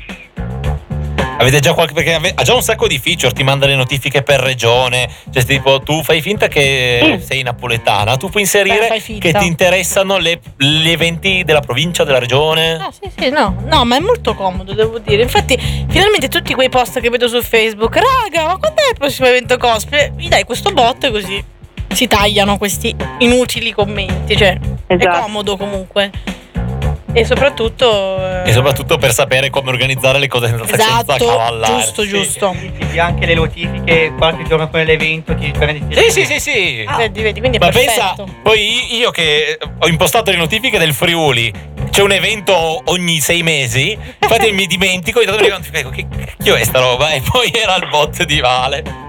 [SPEAKER 3] Avete già qualche. Perché ave- ha già un sacco di feature, ti manda le notifiche per regione. Cioè, tipo, tu fai finta che
[SPEAKER 6] Sì.
[SPEAKER 3] sei napoletana, tu puoi
[SPEAKER 4] Beh,
[SPEAKER 3] inserire
[SPEAKER 4] fai finta.
[SPEAKER 3] che ti interessano le- gli eventi della provincia, della regione.
[SPEAKER 4] Ah, sì, sì, no, no, ma è molto comodo, devo dire. Infatti, finalmente tutti quei post che vedo su Facebook, raga, ma quando è il prossimo evento cosplay? Mi dai questo bot così si tagliano questi inutili commenti, cioè è
[SPEAKER 6] Esatto.
[SPEAKER 4] comodo comunque. E soprattutto eh,
[SPEAKER 3] E soprattutto per sapere come organizzare le cose senza, senza
[SPEAKER 4] Esatto,
[SPEAKER 3] cavallarsi.
[SPEAKER 4] giusto, giusto.
[SPEAKER 5] Ti dia anche le notifiche qualche giorno prima dell'evento, ti prendi
[SPEAKER 3] Sì, sì, sì, sì.
[SPEAKER 6] Ah.
[SPEAKER 4] Vedi, vedi, quindi è
[SPEAKER 3] Ma pensa,
[SPEAKER 4] Ah, perfetto.
[SPEAKER 3] poi io che ho impostato le notifiche del Friuli, c'è un evento ogni sei mesi, infatti mi dimentico, ogni tanto mi ricordo, ecco, che cacchio è sta roba? E poi era il bot di Vale.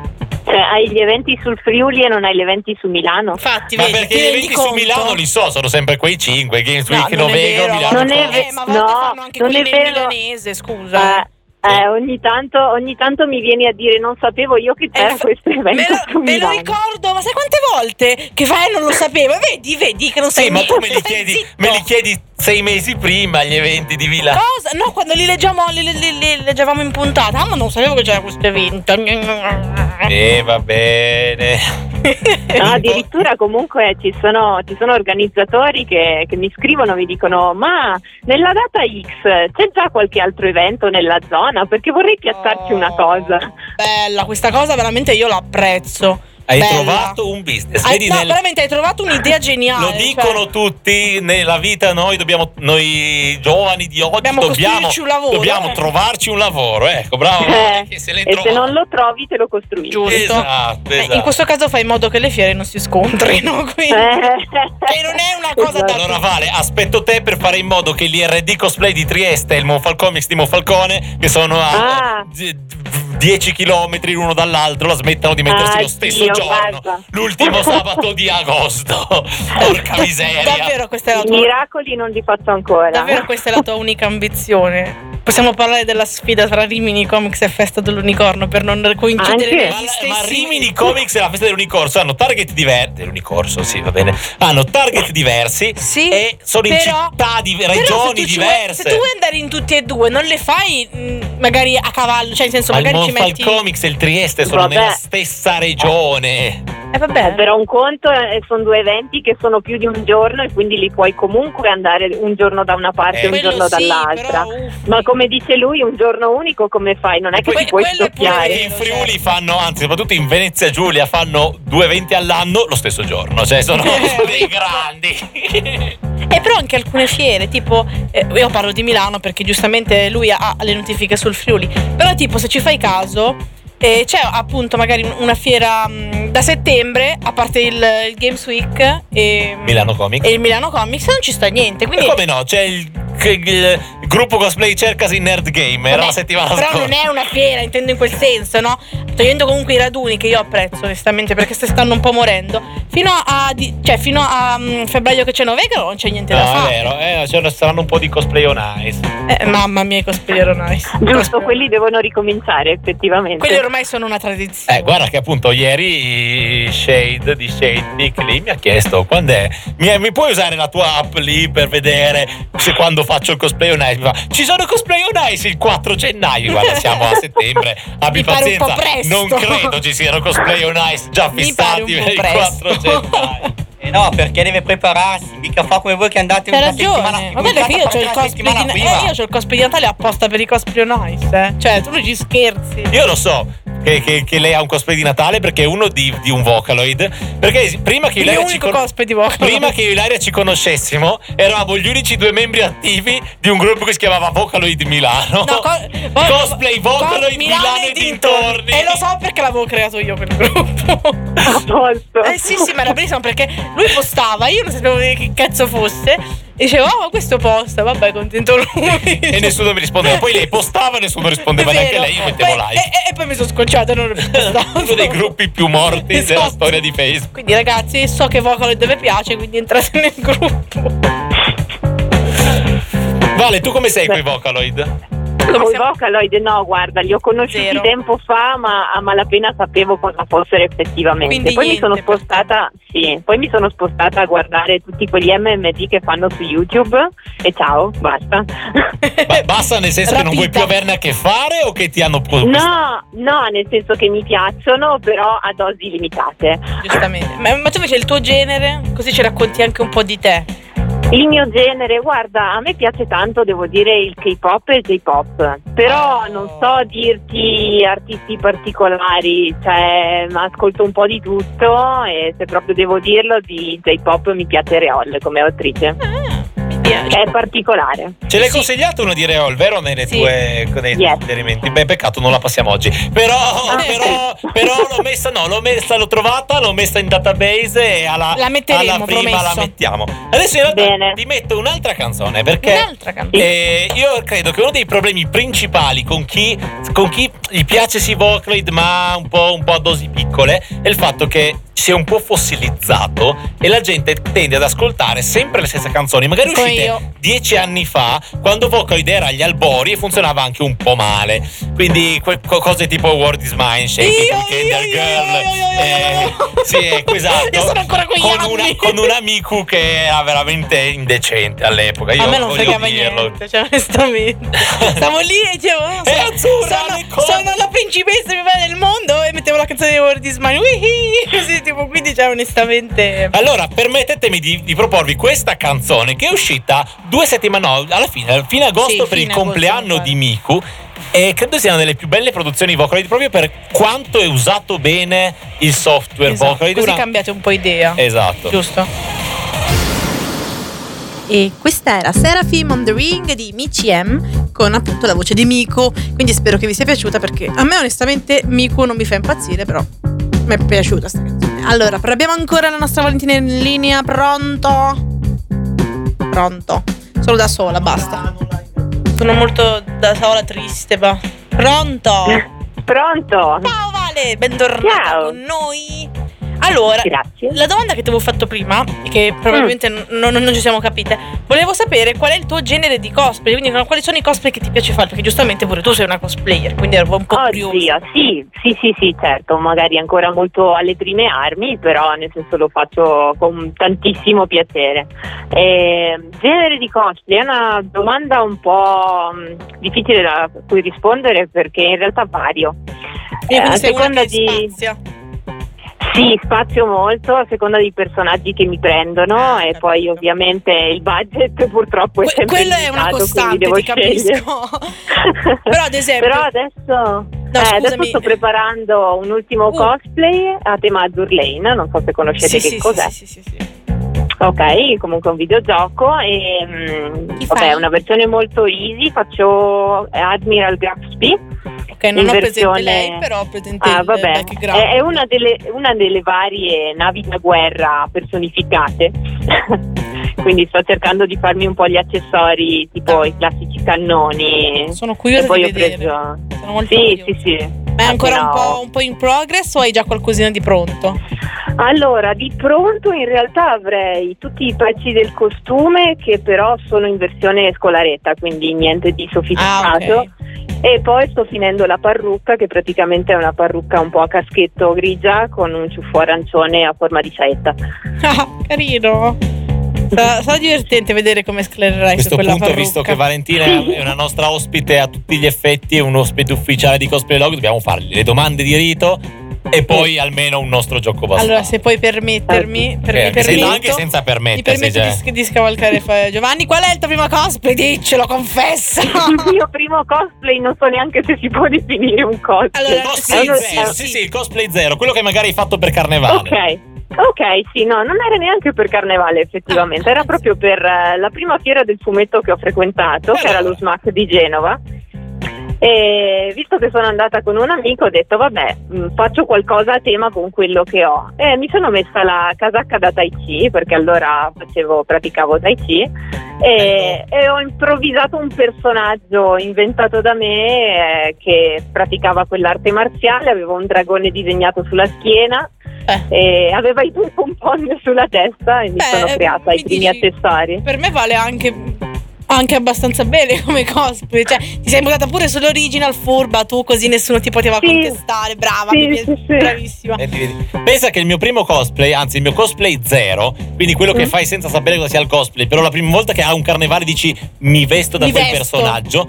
[SPEAKER 6] Cioè, hai gli eventi sul Friuli e non hai gli eventi su Milano?
[SPEAKER 4] Infatti,
[SPEAKER 3] Ma
[SPEAKER 4] vedi,
[SPEAKER 3] perché
[SPEAKER 4] ti
[SPEAKER 3] gli
[SPEAKER 4] rendi
[SPEAKER 3] eventi su
[SPEAKER 4] conto?
[SPEAKER 3] Milano li so, sono sempre quei 5, Games
[SPEAKER 4] No,
[SPEAKER 3] Week,
[SPEAKER 4] non è
[SPEAKER 3] Novegro,
[SPEAKER 4] vero.
[SPEAKER 3] Milano.
[SPEAKER 6] Non è
[SPEAKER 3] Cose.
[SPEAKER 6] vero.
[SPEAKER 4] Eh, ma a volte
[SPEAKER 6] no,
[SPEAKER 4] fanno anche
[SPEAKER 6] non
[SPEAKER 4] quelli
[SPEAKER 6] è
[SPEAKER 4] del
[SPEAKER 6] vero.
[SPEAKER 4] milanese, scusa.
[SPEAKER 6] Eh, eh, ogni, tanto, ogni tanto mi vieni a dire non sapevo io che c'era
[SPEAKER 4] inf-
[SPEAKER 6] questo evento
[SPEAKER 4] Ecco. Me
[SPEAKER 6] su
[SPEAKER 4] lo, me lo
[SPEAKER 6] Milano".
[SPEAKER 4] ricordo, ma sai quante volte che fai non lo sapevo? Vedi, vedi che non sai
[SPEAKER 3] Sì, ma tu me li,
[SPEAKER 4] niente, stai
[SPEAKER 3] chiedi,
[SPEAKER 4] zitto.
[SPEAKER 3] me li chiedi sei mesi prima gli eventi di Milano.
[SPEAKER 4] Cosa? No, quando li leggiamo, li, li- li- li leggevamo in puntata. Ah, ma non sapevo che c'era questo evento.
[SPEAKER 3] Eh, va bene.
[SPEAKER 6] No, addirittura comunque ci sono, ci sono organizzatori che, che mi scrivono e mi dicono ma nella data X c'è già qualche altro evento nella zona perché vorrei piazzarci una
[SPEAKER 4] Oh,
[SPEAKER 6] cosa.
[SPEAKER 4] Bella, questa cosa veramente io l'apprezzo.
[SPEAKER 3] Hai
[SPEAKER 4] Bella.
[SPEAKER 3] trovato un business.
[SPEAKER 4] Hai,
[SPEAKER 3] Vedi,
[SPEAKER 4] no,
[SPEAKER 3] nel-
[SPEAKER 4] veramente hai trovato un'idea geniale.
[SPEAKER 3] Lo dicono
[SPEAKER 4] cioè,
[SPEAKER 3] tutti, nella vita noi dobbiamo, noi giovani di oggi
[SPEAKER 4] Dobbiamo
[SPEAKER 3] dobbiamo,
[SPEAKER 4] costruirci un lavoro,
[SPEAKER 3] dobbiamo
[SPEAKER 4] eh.
[SPEAKER 3] trovarci un lavoro, ecco, bravo.
[SPEAKER 6] Eh,
[SPEAKER 3] che se l'hai
[SPEAKER 6] e se
[SPEAKER 3] trovato.
[SPEAKER 6] non lo trovi te lo costruisci.
[SPEAKER 4] Giusto.
[SPEAKER 3] Esatto,
[SPEAKER 4] eh,
[SPEAKER 3] esatto.
[SPEAKER 4] In questo caso fai in modo che le fiere non si scontrino.
[SPEAKER 6] Eh,
[SPEAKER 4] Quindi.
[SPEAKER 6] E
[SPEAKER 4] E non è una cosa da-
[SPEAKER 6] esatto.
[SPEAKER 3] Allora Vale, aspetto te per fare in modo che l'IRD cosplay di Trieste e il Monfalcomics di Monfalcone, che sono a
[SPEAKER 6] Ah.
[SPEAKER 3] eh, d- 10 km l'uno dall'altro, la smettano di mettersi
[SPEAKER 6] Ah,
[SPEAKER 3] lo stesso
[SPEAKER 6] Dio,
[SPEAKER 3] giorno,
[SPEAKER 6] guarda.
[SPEAKER 3] l'ultimo sabato di agosto. Porca miseria.
[SPEAKER 4] Davvero questa è la
[SPEAKER 6] I
[SPEAKER 4] tua
[SPEAKER 6] miracoli non li faccio ancora.
[SPEAKER 4] Davvero questa è la tua unica ambizione? Possiamo parlare della sfida tra Rimini Comics e Festa dell'Unicorno per non coincidere
[SPEAKER 6] Anche?
[SPEAKER 3] Ma,
[SPEAKER 4] negli
[SPEAKER 3] la-
[SPEAKER 4] stessi
[SPEAKER 3] ma Rimini Comics e la festa dell'unicorso hanno target diversi. Dell'unicorso, sì, va bene. Hanno target diversi
[SPEAKER 4] Sì,
[SPEAKER 3] e sono in
[SPEAKER 4] però-
[SPEAKER 3] città, di,
[SPEAKER 4] Però se
[SPEAKER 3] regioni
[SPEAKER 4] tu ci vuoi-
[SPEAKER 3] diverse.
[SPEAKER 4] se tu vuoi andare in tutti e due, non le fai mh, magari a cavallo, cioè in senso
[SPEAKER 3] Ma il
[SPEAKER 4] magari ci
[SPEAKER 3] Monfalcomics
[SPEAKER 4] metti
[SPEAKER 3] e il Trieste sono
[SPEAKER 6] Vabbè.
[SPEAKER 3] nella stessa regione.
[SPEAKER 4] Eh vabbè,
[SPEAKER 6] Però un conto eh, sono due eventi che sono più di un giorno e quindi li puoi comunque andare un giorno da una parte
[SPEAKER 3] Eh,
[SPEAKER 6] e un
[SPEAKER 4] quello
[SPEAKER 6] giorno
[SPEAKER 4] sì,
[SPEAKER 6] dall'altra.
[SPEAKER 4] però, uff.
[SPEAKER 6] Ma come dice lui, un giorno unico come fai? Non è che
[SPEAKER 4] Que-
[SPEAKER 6] ti puoi
[SPEAKER 4] quello è pure
[SPEAKER 6] stoppiare.
[SPEAKER 4] vero. certo.
[SPEAKER 3] In Friuli fanno, anzi, soprattutto in Venezia e Giulia fanno due eventi all'anno lo stesso giorno, cioè sono dei grandi.
[SPEAKER 4] E però anche alcune fiere, tipo, eh, io parlo di Milano perché giustamente lui ha ha le notifiche sul Friuli, però tipo se ci fai caso, eh, c'è appunto magari un- una fiera mh, da settembre, a parte il, il Games Week e,
[SPEAKER 3] Milano Comics.
[SPEAKER 4] e il Milano Comics, non ci sta niente,
[SPEAKER 3] E
[SPEAKER 4] quindi...
[SPEAKER 3] come no? C'è il, il gruppo cosplay Cercasi Nerd Game, era
[SPEAKER 4] Vabbè,
[SPEAKER 3] la settimana
[SPEAKER 4] però
[SPEAKER 3] scorsa.
[SPEAKER 4] non è una fiera, intendo in quel senso, no? Togliendo comunque i raduni che io apprezzo onestamente perché se stanno un po' morendo, fino a, di- cioè, fino a mm, febbraio che c'è Novegro non c'è niente da
[SPEAKER 3] No, è
[SPEAKER 4] fare.
[SPEAKER 3] vero, eh, c'erano- saranno un po' di cosplay on ice.
[SPEAKER 4] Eh, mamma mia, i cosplayer nice.
[SPEAKER 6] Giusto, quelli devono ricominciare effettivamente.
[SPEAKER 4] Quelli ormai sono una tradizione.
[SPEAKER 3] Eh, guarda che Eh, appunto ieri di Shade, di Shade Nick lì, mi ha chiesto quando è, mi, mi puoi usare la tua app lì per vedere se quando faccio il cosplay on ice, mi fa, ci sono cosplay on ice il 4 gennaio, guarda siamo a settembre, abbi
[SPEAKER 4] Mi pare un
[SPEAKER 3] pazienza,
[SPEAKER 4] po' presto.
[SPEAKER 3] non credo ci siano cosplay on ice già
[SPEAKER 4] Mi pare
[SPEAKER 3] fissati
[SPEAKER 4] un
[SPEAKER 3] per il
[SPEAKER 4] po'
[SPEAKER 3] 4
[SPEAKER 4] presto.
[SPEAKER 3] gennaio.
[SPEAKER 5] Eh no, perché deve prepararsi, mica fa come voi che andate
[SPEAKER 4] C'hai
[SPEAKER 5] una settimana
[SPEAKER 4] ragione. Ma guarda che io ho il cosplay di eh, io c'ho il cosplay di Natale apposta per i cosplay on ice, eh. Cioè, tu non ci scherzi.
[SPEAKER 3] Io lo so che, che- che lei ha un cosplay di Natale perché è uno di, di un Vocaloid. Perché prima che,
[SPEAKER 4] Il mio
[SPEAKER 3] Ilaria ci
[SPEAKER 4] unico
[SPEAKER 3] con-
[SPEAKER 4] cosplay di Vocaloid.
[SPEAKER 3] prima che io e Ilaria ci conoscessimo, eravamo gli unici due membri attivi di un gruppo che si chiamava Vocaloid Milano.
[SPEAKER 4] No, co- poi-
[SPEAKER 3] cosplay Vocaloid
[SPEAKER 4] co-
[SPEAKER 3] Milano, e dintorni.
[SPEAKER 4] E lo so perché l'avevo creato io quel gruppo.
[SPEAKER 6] a posto.
[SPEAKER 4] Eh sì, sì, ma era bellissimo perché lui postava, io non sapevo che cazzo fosse. E dicevo, oh, ma questo posta, vabbè, contento lui.
[SPEAKER 3] E nessuno mi rispondeva. Poi lei postava, nessuno rispondeva
[SPEAKER 4] È
[SPEAKER 3] neanche
[SPEAKER 4] vero. eh,
[SPEAKER 3] lei. Io mettevo
[SPEAKER 4] Poi-
[SPEAKER 3] like.
[SPEAKER 4] E, e- e poi mi sono scocciata, non ho più postato.
[SPEAKER 3] Uno dei gruppi più morti della
[SPEAKER 4] Esatto.
[SPEAKER 3] storia di Facebook.
[SPEAKER 4] Quindi ragazzi, so che Vocaloid dove piace, quindi entrate nel gruppo.
[SPEAKER 3] Vale, tu come sei coi Vocaloid?
[SPEAKER 4] Come
[SPEAKER 6] Con i
[SPEAKER 4] siamo-
[SPEAKER 6] Vocaloid no, guarda, li ho conosciuti
[SPEAKER 4] Zero.
[SPEAKER 6] tempo fa, ma a malapena sapevo cosa fossero effettivamente.
[SPEAKER 4] Quindi
[SPEAKER 6] poi mi
[SPEAKER 4] niente,
[SPEAKER 6] sono spostata, sì, poi mi sono spostata a guardare tutti quegli MMD che fanno su YouTube e ciao, basta.
[SPEAKER 3] Ma basta nel senso che non vuoi più
[SPEAKER 4] Rapita.
[SPEAKER 3] averne a che fare o che ti hanno
[SPEAKER 6] No, no, nel senso che mi piacciono, però a dosi limitate.
[SPEAKER 4] Giustamente. Ma, ma tu invece il tuo genere? Così ci racconti anche un po' di te.
[SPEAKER 6] Il mio genere, guarda, a me piace tanto, devo dire, il K-pop e il J-pop, però
[SPEAKER 4] Oh.
[SPEAKER 6] non so dirti artisti particolari, cioè ascolto un po' di tutto e se proprio devo dirlo di J-pop mi piace Reol come autrice,
[SPEAKER 4] Ah, mi piace.
[SPEAKER 6] è particolare.
[SPEAKER 3] Ce l'hai
[SPEAKER 4] Sì.
[SPEAKER 3] consigliato uno di Reol, vero? Nelle
[SPEAKER 4] Sì.
[SPEAKER 3] tue nei tuoi
[SPEAKER 6] Yes.
[SPEAKER 3] suggerimenti. Beh, peccato, non la passiamo oggi. Però,
[SPEAKER 4] Ah,
[SPEAKER 3] però, però l'ho messa, no, l'ho messa, l'ho trovata, l'ho messa in database e alla,
[SPEAKER 4] La metteremo,
[SPEAKER 3] alla prima
[SPEAKER 4] promesso.
[SPEAKER 3] la mettiamo. Adesso in realtà
[SPEAKER 6] Bene.
[SPEAKER 3] ti metto un'altra canzone perché.
[SPEAKER 4] Un'altra canzone.
[SPEAKER 3] Eh, io credo che uno dei problemi principali con chi, con chi gli piace sì Vocaloid ma un po', un po' a dosi piccole è il fatto che si è un po' fossilizzato e la gente tende ad ascoltare sempre le stesse canzoni, magari
[SPEAKER 4] Come
[SPEAKER 3] uscite
[SPEAKER 4] io.
[SPEAKER 3] dieci anni fa quando Vocaloid era agli albori e funzionava anche un po' male. Quindi que- co- cose tipo World is Mine, Shake It,
[SPEAKER 4] Io,
[SPEAKER 3] Weekender
[SPEAKER 4] io, io,
[SPEAKER 3] Girl.
[SPEAKER 4] io, io, io,
[SPEAKER 3] eh,
[SPEAKER 4] io, io.
[SPEAKER 3] Sì, ecco, esatto.
[SPEAKER 4] Io sono ancora con gli
[SPEAKER 3] con
[SPEAKER 4] anni.
[SPEAKER 3] una, con un amico che era veramente indecente all'epoca. Io
[SPEAKER 4] a me non
[SPEAKER 3] voglio
[SPEAKER 4] fregava
[SPEAKER 3] dirlo.
[SPEAKER 4] niente, cioè onestamente. Stavo lì e dicevo, "Ah,
[SPEAKER 3] È
[SPEAKER 4] sono,
[SPEAKER 3] azzurra, le
[SPEAKER 4] sono,
[SPEAKER 3] cose."
[SPEAKER 4] sono la principessa più bella del mondo e mettevo la canzone di World is Mine, Wihì! così tipo, quindi cioè onestamente...
[SPEAKER 3] Allora, permettetemi di, di proporvi questa canzone che è uscita due settimane, no, alla fine, alla fine agosto
[SPEAKER 4] Sì,
[SPEAKER 3] per
[SPEAKER 4] fine
[SPEAKER 3] il
[SPEAKER 4] agosto,
[SPEAKER 3] compleanno
[SPEAKER 4] mi pare.
[SPEAKER 3] di Miku. E credo sia una delle più belle produzioni Vocaloid proprio per quanto è usato bene il software
[SPEAKER 4] Esatto,
[SPEAKER 3] Vocaloid.
[SPEAKER 4] così
[SPEAKER 3] Una-
[SPEAKER 4] cambiate un po' idea.
[SPEAKER 3] Esatto.
[SPEAKER 4] Giusto?
[SPEAKER 7] E questa era Seraphim on the Ring di Michi M con appunto la voce di Miku. Quindi spero che vi sia piaciuta perché a me onestamente Miku non mi fa impazzire, però mi è piaciuta sta canzone. Allora, però abbiamo ancora la nostra Valentina in linea, pronto? Pronto. Solo da sola, basta.
[SPEAKER 4] Sono molto da sola triste, ma... Pronto?
[SPEAKER 6] Pronto?
[SPEAKER 4] Ciao Vale, bentornata
[SPEAKER 6] Ciao.
[SPEAKER 4] con noi. Allora,
[SPEAKER 6] Grazie.
[SPEAKER 4] La domanda che ti avevo fatto prima, e che probabilmente
[SPEAKER 6] Mm.
[SPEAKER 4] non, non- non ci siamo capite, volevo sapere qual è il tuo genere di cosplay, quindi quali sono i cosplay che ti piace fare, perché giustamente pure tu sei una cosplayer, quindi ero un po' curiosa.
[SPEAKER 6] Oddio, sì, sì, sì, sì, certo, magari ancora molto alle prime armi, però nel senso lo faccio con tantissimo piacere. Eh, genere di cosplay è una domanda un po' mh, difficile da cui rispondere perché in realtà vario. Eh,
[SPEAKER 4] Quindi,
[SPEAKER 6] a
[SPEAKER 4] quindi sei una
[SPEAKER 6] seconda
[SPEAKER 4] che
[SPEAKER 6] di
[SPEAKER 4] spazia.
[SPEAKER 6] sì, spazio molto a seconda dei personaggi che mi prendono
[SPEAKER 4] Ah,
[SPEAKER 6] e
[SPEAKER 4] capito.
[SPEAKER 6] poi ovviamente il budget purtroppo è
[SPEAKER 4] Que-
[SPEAKER 6] sempre
[SPEAKER 4] quella è una
[SPEAKER 6] limitato,
[SPEAKER 4] costante,
[SPEAKER 6] quindi devo
[SPEAKER 4] ti
[SPEAKER 6] scegliere.
[SPEAKER 4] capisco. Però ad esempio...
[SPEAKER 6] Però adesso
[SPEAKER 4] No,
[SPEAKER 6] eh, adesso
[SPEAKER 4] scusami.
[SPEAKER 6] sto preparando un ultimo
[SPEAKER 4] Uh.
[SPEAKER 6] cosplay a tema Azzurlane, non so se conoscete
[SPEAKER 4] Sì,
[SPEAKER 6] che
[SPEAKER 4] sì,
[SPEAKER 6] cos'è.
[SPEAKER 4] sì, sì, sì, sì.
[SPEAKER 6] Ok, comunque è un videogioco e mm,
[SPEAKER 4] Chi
[SPEAKER 6] vabbè,
[SPEAKER 4] fai?
[SPEAKER 6] è una versione molto easy, faccio Admiral Gatsby.
[SPEAKER 4] Ok, non
[SPEAKER 6] In
[SPEAKER 4] ho presente
[SPEAKER 6] versione-
[SPEAKER 4] lei, però ho presente
[SPEAKER 6] Ah,
[SPEAKER 4] il
[SPEAKER 6] vabbè,
[SPEAKER 4] background.
[SPEAKER 6] è, è una, delle, una delle varie navi da guerra personificate. Quindi sto cercando di farmi un po' gli accessori, tipo
[SPEAKER 4] Ah.
[SPEAKER 6] i classici cannoni.
[SPEAKER 4] Sono
[SPEAKER 6] eh, E
[SPEAKER 4] curiosa
[SPEAKER 6] poi
[SPEAKER 4] di
[SPEAKER 6] ho
[SPEAKER 4] vedere.
[SPEAKER 6] preso.
[SPEAKER 4] Sono molto
[SPEAKER 6] Sì,
[SPEAKER 4] curiosa.
[SPEAKER 6] sì, sì.
[SPEAKER 4] Ma è ancora un
[SPEAKER 6] Appena ho-
[SPEAKER 4] po', un po' in progress o hai già qualcosina di pronto?
[SPEAKER 6] Allora, di pronto in realtà avrei tutti i pezzi del costume che però sono in versione scolaretta, quindi niente di
[SPEAKER 4] Ah,
[SPEAKER 6] sofisticato.
[SPEAKER 4] ok.
[SPEAKER 6] E poi sto finendo la parrucca, che praticamente è una parrucca un po' a caschetto grigia con un ciuffo arancione a forma di saetta.
[SPEAKER 4] Ah, carino. Sarà, sarà divertente vedere come
[SPEAKER 3] A
[SPEAKER 4] sclererai su
[SPEAKER 3] questo
[SPEAKER 4] quella
[SPEAKER 3] punto,
[SPEAKER 4] parrucca.
[SPEAKER 3] visto che Valentina è una nostra ospite a tutti gli effetti, è un ospite ufficiale di Cosplay Log, dobbiamo fargli le domande di rito e poi almeno un nostro gioco bastato.
[SPEAKER 4] Allora, se puoi permettermi, per,
[SPEAKER 3] Eh,
[SPEAKER 4] mi
[SPEAKER 3] anche se-
[SPEAKER 4] permetto,
[SPEAKER 3] anche senza
[SPEAKER 4] mi
[SPEAKER 3] permettersi,
[SPEAKER 4] permetto
[SPEAKER 3] cioè.
[SPEAKER 4] di, sc- di scavalcare fa- Giovanni. Qual è il tuo primo cosplay? Diccelo, confessa.
[SPEAKER 6] Il mio primo cosplay non so neanche se si può definire un cosplay.
[SPEAKER 4] Allora,
[SPEAKER 3] Il cosplay
[SPEAKER 6] È uno-
[SPEAKER 3] zero,
[SPEAKER 6] è-
[SPEAKER 3] sì, sì, il cosplay zero, quello che magari hai fatto per carnevale.
[SPEAKER 6] Ok. Ok, sì, no, non era neanche per carnevale effettivamente, era proprio per eh, la prima fiera del fumetto che ho frequentato, che era lo SMAC di Genova. E visto che sono andata con un amico ho detto vabbè mh, faccio qualcosa a tema con quello che ho e mi sono messa la casacca da Tai Chi perché allora facevo, praticavo Tai Chi e, e ho improvvisato un personaggio inventato da me eh, che praticava quell'arte marziale, avevo un dragone disegnato sulla schiena
[SPEAKER 4] Eh.
[SPEAKER 6] e aveva i due pompon sulla testa e mi
[SPEAKER 3] Eh,
[SPEAKER 4] Beh,
[SPEAKER 6] sono creata i
[SPEAKER 4] mi
[SPEAKER 6] primi
[SPEAKER 4] dici-
[SPEAKER 6] accessori.
[SPEAKER 4] per me vale anche, anche abbastanza bene come cosplay. Cioè, ti sei buttata pure sull'original furba, tu così nessuno ti poteva
[SPEAKER 6] Sì.
[SPEAKER 4] contestare. Brava,
[SPEAKER 6] Sì,
[SPEAKER 4] mi piace-
[SPEAKER 6] sì, sì.
[SPEAKER 4] bravissima.
[SPEAKER 3] Senti, vedi. Pensa che il mio primo cosplay, anzi il mio cosplay zero, quindi quello che
[SPEAKER 6] Mm.
[SPEAKER 3] fai senza sapere cosa sia il cosplay, però la prima volta che a un carnevale dici mi vesto da
[SPEAKER 4] Mi
[SPEAKER 3] quel
[SPEAKER 4] vesto."
[SPEAKER 3] personaggio,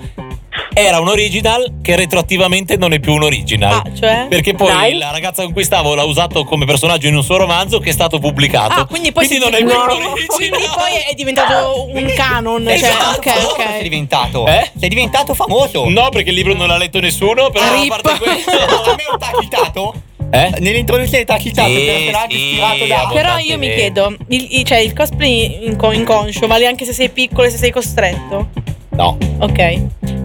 [SPEAKER 3] era un original che retroattivamente non è più un original.
[SPEAKER 4] Ah, cioè?
[SPEAKER 3] Perché poi
[SPEAKER 6] Dai.
[SPEAKER 3] la ragazza con cui stavo l'ha usato come personaggio in un suo romanzo che è stato pubblicato.
[SPEAKER 4] Ah, quindi poi si-
[SPEAKER 3] non è più
[SPEAKER 4] no.
[SPEAKER 3] un original.
[SPEAKER 4] Quindi poi è diventato un canon. Cioè,
[SPEAKER 3] Esatto.
[SPEAKER 4] ok,
[SPEAKER 5] Sei
[SPEAKER 4] ok.
[SPEAKER 5] diventato.
[SPEAKER 3] Eh?
[SPEAKER 5] Sei diventato famoso. Ah,
[SPEAKER 3] No, perché il libro non l'ha letto nessuno, però
[SPEAKER 4] Rip.
[SPEAKER 3] a parte questo.
[SPEAKER 5] A me ho tacchitato.
[SPEAKER 3] Eh?
[SPEAKER 5] Nell'introduzione ti ha citato
[SPEAKER 3] Sì,
[SPEAKER 5] il personaggio
[SPEAKER 3] sì,
[SPEAKER 5] ispirato da.
[SPEAKER 3] vabbè.
[SPEAKER 4] Però
[SPEAKER 3] Abbondante
[SPEAKER 4] io mi
[SPEAKER 3] nero.
[SPEAKER 4] chiedo, il, il- cioè il cosplay inco- inconscio vale anche se sei piccolo e se sei costretto?
[SPEAKER 3] No.
[SPEAKER 4] Ok.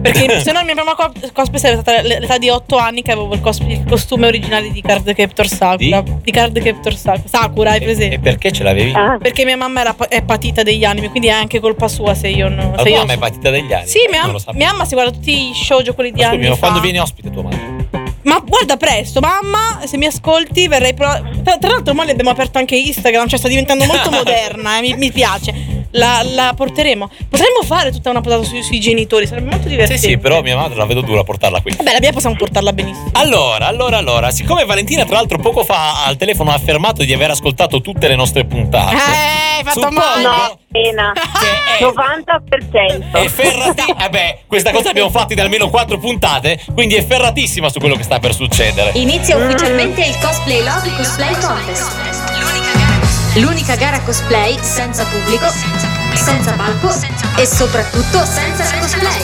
[SPEAKER 4] Perché se no il mio primo co- cosplay sarebbe stata l- l'età di 8 anni che avevo il, cos- il costume originale di Card Captor Sakura. Di, Card Captor Sakura. Sakura, hai
[SPEAKER 3] E
[SPEAKER 4] presente?
[SPEAKER 3] perché ce l'avevi?
[SPEAKER 6] Ah,
[SPEAKER 4] Perché mia mamma era pa- è patita degli anime, quindi è anche colpa sua se io non...
[SPEAKER 3] La
[SPEAKER 4] se
[SPEAKER 3] tua
[SPEAKER 4] io-
[SPEAKER 3] mamma è partita dagli anni.
[SPEAKER 4] Sì, mia,
[SPEAKER 3] eh, non lo sapevo.
[SPEAKER 4] mia mamma si guarda tutti i shoujo quelli di
[SPEAKER 3] Ma
[SPEAKER 4] anime.
[SPEAKER 3] Scusami, ma quando viene ospite tua madre?
[SPEAKER 4] Ma guarda presto, mamma, se mi ascolti verrei pro- tra, tra l'altro mo le abbiamo aperto anche Instagram, cioè sta diventando molto moderna, eh, mi, mi piace. La, la porteremo. Potremmo fare tutta una puntata sui, sui genitori, sarebbe molto
[SPEAKER 3] Sì,
[SPEAKER 4] divertente.
[SPEAKER 3] sì, però mia madre la vedo dura a portarla qui.
[SPEAKER 4] Vabbè, la mia possiamo portarla benissimo.
[SPEAKER 3] Allora, allora, allora, siccome Valentina tra l'altro poco fa al telefono ha affermato di aver ascoltato tutte le nostre puntate,
[SPEAKER 4] Eh, hai fatto
[SPEAKER 3] Suppongo-
[SPEAKER 4] male.
[SPEAKER 6] no, pena.
[SPEAKER 3] che è-
[SPEAKER 6] 90%.
[SPEAKER 3] è ferrati- vabbè, questa cosa l'abbiamo fatta da almeno quattro puntate, quindi è ferratissima su quello che sta per succedere.
[SPEAKER 1] Inizia ufficialmente il Cosplay Log Cosplay Contest. L'unica gara cosplay senza pubblico, senza palco e soprattutto senza cosplay.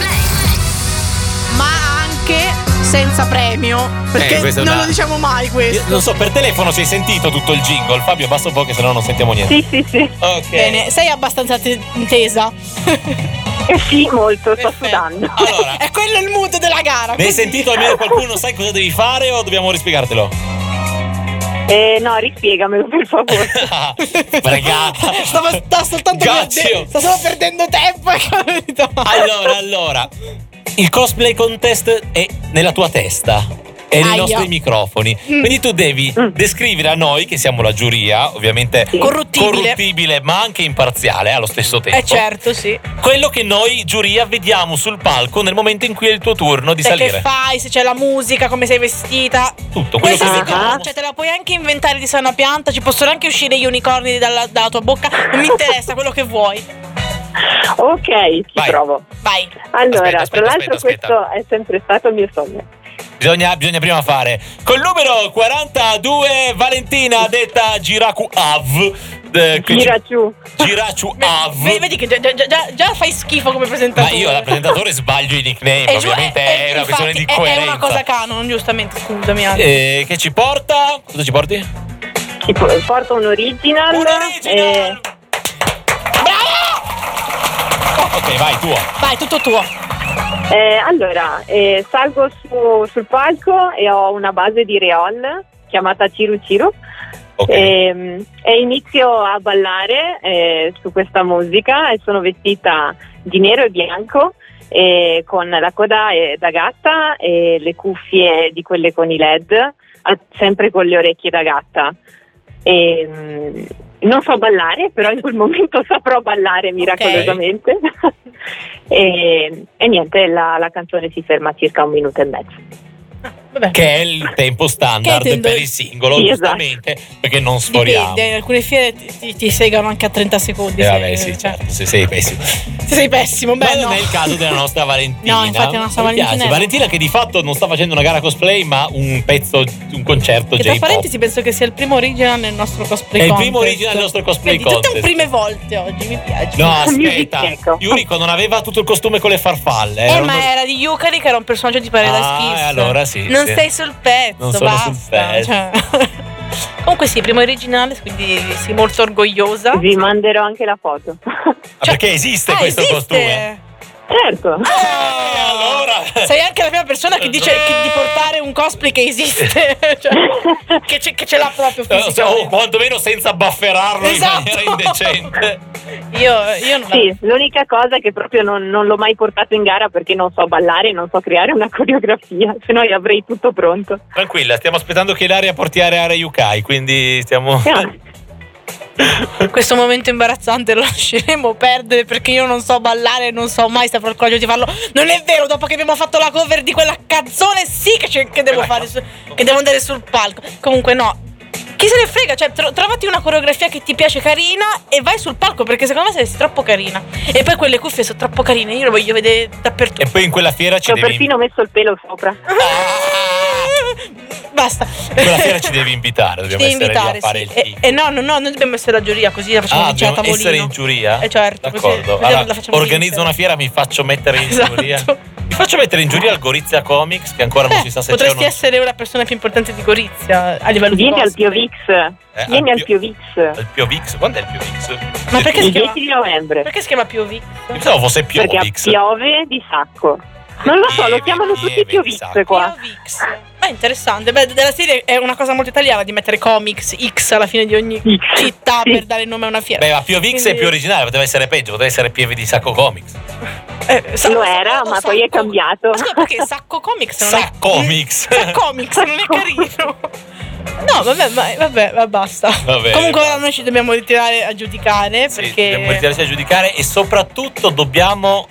[SPEAKER 8] Ma anche senza premio. Perché
[SPEAKER 3] questa è
[SPEAKER 8] non
[SPEAKER 3] una-
[SPEAKER 8] lo diciamo mai
[SPEAKER 3] Eh, Io
[SPEAKER 8] questo.
[SPEAKER 3] non so, per telefono si è sentito tutto il jingle, Fabio basta un po' che sennò non sentiamo niente.
[SPEAKER 6] Sì, sì, sì.
[SPEAKER 3] Ok.
[SPEAKER 4] Bene, sei abbastanza te- intesa.
[SPEAKER 6] Eh sì, molto, sto
[SPEAKER 4] Perfetto.
[SPEAKER 6] sudando.
[SPEAKER 3] Allora,
[SPEAKER 4] è quello il mood della gara.
[SPEAKER 3] ne hai
[SPEAKER 4] così.
[SPEAKER 3] sentito almeno qualcuno, sai cosa devi fare o dobbiamo rispiegartelo?
[SPEAKER 6] Eh, no, rispiegamelo per favore.
[SPEAKER 3] Fregata.
[SPEAKER 4] Stavo, sta soltanto
[SPEAKER 3] Grazie.
[SPEAKER 4] perdendo, sta solo perdendo tempo. capito?
[SPEAKER 3] Allora, allora, il cosplay contest è nella tua testa. E nei
[SPEAKER 4] Aia.
[SPEAKER 3] nostri microfoni.
[SPEAKER 4] Mm.
[SPEAKER 3] Quindi tu devi
[SPEAKER 6] Mm.
[SPEAKER 3] descrivere a noi, che siamo la giuria, ovviamente
[SPEAKER 4] Corruttibile.
[SPEAKER 3] corruttibile, ma anche imparziale allo stesso tempo.
[SPEAKER 4] Eh certo, sì.
[SPEAKER 3] Quello che noi, giuria, vediamo sul palco nel momento in cui è il tuo turno di
[SPEAKER 4] Cioè, che
[SPEAKER 3] salire.
[SPEAKER 4] fai, se c'è la musica, come sei vestita.
[SPEAKER 3] Tutto quello
[SPEAKER 4] Questo
[SPEAKER 3] che
[SPEAKER 4] è
[SPEAKER 6] vediamo.
[SPEAKER 4] sicuro, cioè te la puoi anche inventare di sana pianta, ci possono anche uscire gli unicorni dalla, dalla tua bocca, non mi interessa quello che vuoi.
[SPEAKER 6] Ok, ci
[SPEAKER 3] Vai.
[SPEAKER 6] provo.
[SPEAKER 4] Vai.
[SPEAKER 6] Allora,
[SPEAKER 3] Aspetta, aspetta,
[SPEAKER 6] tra l'altro
[SPEAKER 3] aspetta,
[SPEAKER 6] questo è sempre stato il mio sogno.
[SPEAKER 3] bisogna, bisogna prima fare. Col numero 42, Valentina, detta Giracu Av. eh, che ci-
[SPEAKER 6] Gira giù.
[SPEAKER 3] Giracu Av.
[SPEAKER 4] Vedi, vedi che già, già- già- già fai schifo come
[SPEAKER 3] Ah, Ma
[SPEAKER 4] presentatore.
[SPEAKER 3] io da presentatore sbaglio i nickname,
[SPEAKER 4] E giù-
[SPEAKER 3] ovviamente
[SPEAKER 4] e-
[SPEAKER 3] è,
[SPEAKER 4] e
[SPEAKER 3] una
[SPEAKER 4] infatti eh,
[SPEAKER 3] questione di
[SPEAKER 4] è-
[SPEAKER 3] coerenza.
[SPEAKER 4] È una cosa canon, giustamente, scusami. Anna.
[SPEAKER 3] Eh, che ci porta? Cosa ci porti?
[SPEAKER 6] Ti po- porto un original.
[SPEAKER 3] Un
[SPEAKER 6] eh,
[SPEAKER 3] original! Bravo! Oh, Ok, vai, tuo.
[SPEAKER 4] Vai, tutto tuo.
[SPEAKER 6] eh, allora, eh, salgo su- sul palco e ho una base di Reol chiamata Ciru Ciru.
[SPEAKER 3] Ok.
[SPEAKER 4] Eh.
[SPEAKER 6] Ehm, E, inizio a ballare eh, su questa musica e sono vestita di nero e bianco eh, con la coda eh, da gatta e le cuffie di quelle con i led, al- sempre con le orecchie da gatta. Ehm, Non so ballare, però in quel momento saprò ballare miracolosamente. e, e niente, la, la canzone si ferma a circa un minuto e mezzo.
[SPEAKER 4] Vabbè.
[SPEAKER 3] Che è il tempo standard
[SPEAKER 4] Che tendo-
[SPEAKER 3] per il singolo,
[SPEAKER 6] Sì, esatto.
[SPEAKER 3] giustamente, perché non sforiamo.
[SPEAKER 4] Dipende, in alcune fiere ti, ti- ti segano anche a 30 secondi.
[SPEAKER 3] Eh,
[SPEAKER 4] se-
[SPEAKER 3] vabbè, sì,
[SPEAKER 4] cioè,
[SPEAKER 3] certo, se sei pessimo.
[SPEAKER 4] Se sei pessimo, beh,
[SPEAKER 3] Ma non
[SPEAKER 4] no.
[SPEAKER 3] è il caso della nostra Valentina.
[SPEAKER 4] No, infatti la nostra
[SPEAKER 3] Mi piace.
[SPEAKER 4] Valentina è-
[SPEAKER 3] Valentina che di fatto non sta facendo una gara cosplay, ma un pezzo, un concerto
[SPEAKER 4] Che tra
[SPEAKER 3] J-pop.
[SPEAKER 4] parentesi penso che sia il primo original nel nostro cosplay
[SPEAKER 3] È il
[SPEAKER 4] contest.
[SPEAKER 3] primo original del nostro cosplay
[SPEAKER 4] Vedi, tutte un
[SPEAKER 3] contest.
[SPEAKER 4] prime volte oggi, mi piace.
[SPEAKER 3] No,
[SPEAKER 6] Music
[SPEAKER 3] aspetta.
[SPEAKER 6] Checo.
[SPEAKER 3] Yuriko non aveva tutto il costume con le farfalle.
[SPEAKER 4] eh,
[SPEAKER 3] era
[SPEAKER 4] ma
[SPEAKER 3] uno-
[SPEAKER 4] era di Yukari che era un personaggio di Paradise
[SPEAKER 3] Ah,
[SPEAKER 4] Kiss.
[SPEAKER 3] eh, allora sì,
[SPEAKER 4] Non
[SPEAKER 3] sì.
[SPEAKER 4] sei sul pezzo,
[SPEAKER 3] Non sono
[SPEAKER 4] basta.
[SPEAKER 3] sul pezzo.
[SPEAKER 4] cioè. Comunque sì, primo originale, quindi sei molto orgogliosa.
[SPEAKER 6] Vi manderò anche la foto.
[SPEAKER 3] Ah, perché esiste
[SPEAKER 4] Ah,
[SPEAKER 3] questo
[SPEAKER 4] esiste! Ah!
[SPEAKER 3] costume?
[SPEAKER 6] certo.
[SPEAKER 3] Eh, allora.
[SPEAKER 4] Sei anche la prima persona che dice che- di portare un cosplay che esiste. cioè, che, ce- che ce l'ha proprio
[SPEAKER 3] Eh, se- O
[SPEAKER 4] fisicamente.
[SPEAKER 3] quantomeno senza bafferarlo
[SPEAKER 4] Esatto.
[SPEAKER 3] in maniera indecente.
[SPEAKER 4] Io, io non
[SPEAKER 6] Sì, l'unica cosa è che proprio non, non l'ho mai portato in gara perché non so ballare, non so creare una coreografia, se no io avrei tutto pronto.
[SPEAKER 3] Tranquilla, stiamo aspettando che l'aria porti area area Yukai, quindi stiamo.
[SPEAKER 6] Eh,
[SPEAKER 4] Questo momento imbarazzante lo lasceremo perdere perché io non so ballare, non so mai saprò il coraggio di farlo. Non è vero, dopo che abbiamo fatto la cover di quella canzone, sì che, c'è- che devo fare, su- che devo andare sul palco. Comunque no. Chi se ne frega, cioè tro- trovati una coreografia che ti piace carina e vai sul palco perché secondo me sei troppo carina. E poi quelle cuffie sono troppo carine, io le voglio vedere dappertutto.
[SPEAKER 3] E poi in quella fiera
[SPEAKER 6] Ci
[SPEAKER 4] Cioè,
[SPEAKER 3] ci
[SPEAKER 6] ho
[SPEAKER 3] devi.
[SPEAKER 6] perfino messo il pelo sopra.
[SPEAKER 4] Eh, Basta.
[SPEAKER 3] in quella fiera ci devi invitare, dobbiamo
[SPEAKER 4] Ti
[SPEAKER 3] essere lì
[SPEAKER 4] invitare,
[SPEAKER 3] a fare
[SPEAKER 4] sì.
[SPEAKER 3] il
[SPEAKER 4] E,
[SPEAKER 3] tifo.
[SPEAKER 4] e no, no, no, noi dobbiamo essere la giuria così la facciamo
[SPEAKER 3] Ah,
[SPEAKER 4] vincere a
[SPEAKER 3] dobbiamo
[SPEAKER 4] tavolino.
[SPEAKER 3] essere in giuria?
[SPEAKER 4] Eh, certo, così
[SPEAKER 3] D'accordo.
[SPEAKER 4] vediamo,
[SPEAKER 3] Allora,
[SPEAKER 4] la facciamo
[SPEAKER 3] organizzo
[SPEAKER 4] vincere.
[SPEAKER 3] una fiera, mi faccio mettere in
[SPEAKER 4] Esatto.
[SPEAKER 3] giuria. Mi faccio mettere in giuria al Gorizia Comics, che ancora non
[SPEAKER 4] Beh,
[SPEAKER 3] si sa se c'è o
[SPEAKER 4] potresti
[SPEAKER 3] non c'è.
[SPEAKER 4] essere la persona più importante di Gorizia a livello
[SPEAKER 6] Vieni
[SPEAKER 4] di
[SPEAKER 6] al
[SPEAKER 4] cosplay.
[SPEAKER 6] Piovix,
[SPEAKER 3] Eh,
[SPEAKER 6] vieni al
[SPEAKER 3] al Pio- Eh,
[SPEAKER 6] Piovix
[SPEAKER 3] Al Piovix? Quando è il Piovix?
[SPEAKER 4] Ma perché
[SPEAKER 6] il
[SPEAKER 4] si chiama?
[SPEAKER 6] 10 di novembre,
[SPEAKER 4] Perché si chiama POV?
[SPEAKER 3] Io pensavo fosse
[SPEAKER 6] perché
[SPEAKER 3] Piovix.
[SPEAKER 6] piove di sacco. Non lo so, lo
[SPEAKER 3] Pieve,
[SPEAKER 6] chiamano tutti
[SPEAKER 3] pieve di sacco.
[SPEAKER 6] Piovix qua.
[SPEAKER 4] POVX. Beh, interessante. Beh, della serie è una cosa molto italiana di mettere comics X alla fine di ogni città
[SPEAKER 6] Sì.
[SPEAKER 4] per dare il nome a una fiera.
[SPEAKER 3] Beh, ma Piovix è
[SPEAKER 4] Quindi-
[SPEAKER 3] più originale, poteva essere peggio, poteva essere Pieve di Sacco Comics.
[SPEAKER 4] Eh, sa-
[SPEAKER 6] Lo era,
[SPEAKER 4] sa-
[SPEAKER 6] ma
[SPEAKER 4] sacco-
[SPEAKER 6] poi è cambiato.
[SPEAKER 4] Ma scusa, perché Sacco Comics non è...
[SPEAKER 3] Saccomics.
[SPEAKER 4] Sa Comics non è carino. No, vabbè, ma- vabbè, ma basta.
[SPEAKER 3] Vabbè.
[SPEAKER 4] Comunque ora noi ci dobbiamo ritirare a giudicare
[SPEAKER 3] Sì,
[SPEAKER 4] perché...
[SPEAKER 3] dobbiamo ritirarci a giudicare e soprattutto dobbiamo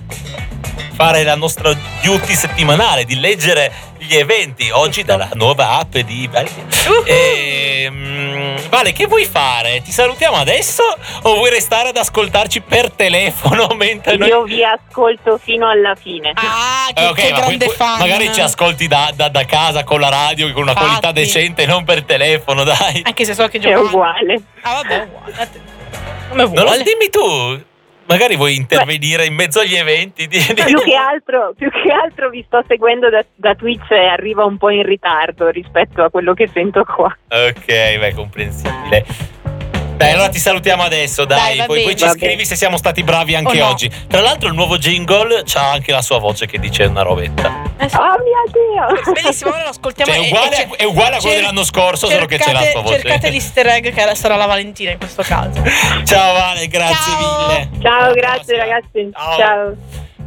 [SPEAKER 3] fare la nostra duty settimanale di leggere gli eventi oggi dalla nuova app di
[SPEAKER 4] Uhu.
[SPEAKER 3] Eh, Ehm, Vale che vuoi fare? Ti salutiamo adesso o vuoi restare ad ascoltarci per telefono mentre noi
[SPEAKER 6] Io vi ascolto fino alla fine.
[SPEAKER 4] Ah, che,
[SPEAKER 3] Eh, ok,
[SPEAKER 4] che
[SPEAKER 3] ma
[SPEAKER 4] grande
[SPEAKER 3] poi- poi
[SPEAKER 4] fan.
[SPEAKER 3] Magari ci ascolti da, da- da casa con la radio con una
[SPEAKER 4] Infatti.
[SPEAKER 3] qualità decente, non per telefono, dai.
[SPEAKER 4] Anche se so che
[SPEAKER 6] È
[SPEAKER 4] Giovanni...
[SPEAKER 6] uguale.
[SPEAKER 4] Ah, vabbè, uguale. a te. Come
[SPEAKER 3] Non lo-
[SPEAKER 4] vuole.
[SPEAKER 3] dimmi tu. Magari vuoi intervenire in mezzo agli eventi. di- di-
[SPEAKER 6] più, che altro, più che altro vi sto seguendo da, da Twitch e arriva un po' in ritardo rispetto a quello che sento qua.
[SPEAKER 3] Ok, beh, comprensibile. Dai, allora ti salutiamo adesso, dai.
[SPEAKER 4] Dai, va
[SPEAKER 3] poi, poi
[SPEAKER 4] bene.
[SPEAKER 3] ci
[SPEAKER 6] Va
[SPEAKER 3] scrivi
[SPEAKER 6] bene.
[SPEAKER 3] se siamo stati bravi anche
[SPEAKER 4] O no.
[SPEAKER 3] oggi. Tra l'altro, il nuovo jingle c'ha anche la sua voce che dice una robetta.
[SPEAKER 4] Eh, sì.
[SPEAKER 6] Oh mio Dio!
[SPEAKER 4] Bellissimo, ora lo ascoltiamo.
[SPEAKER 3] Cioè, è,
[SPEAKER 4] e-
[SPEAKER 3] uguale,
[SPEAKER 4] e
[SPEAKER 3] a-
[SPEAKER 4] cer-
[SPEAKER 3] è uguale a quello
[SPEAKER 4] cer-
[SPEAKER 3] dell'anno scorso, solo che c'è la
[SPEAKER 4] cercate-
[SPEAKER 3] sua voce.
[SPEAKER 4] Cercate l'easter egg che sarà la Valentina in questo caso.
[SPEAKER 3] Ciao, Vale, grazie
[SPEAKER 4] Ciao.
[SPEAKER 3] mille.
[SPEAKER 6] Ciao,
[SPEAKER 3] Alla
[SPEAKER 6] grazie
[SPEAKER 3] prossima.
[SPEAKER 6] ragazzi.
[SPEAKER 3] Ciao.
[SPEAKER 6] Ciao.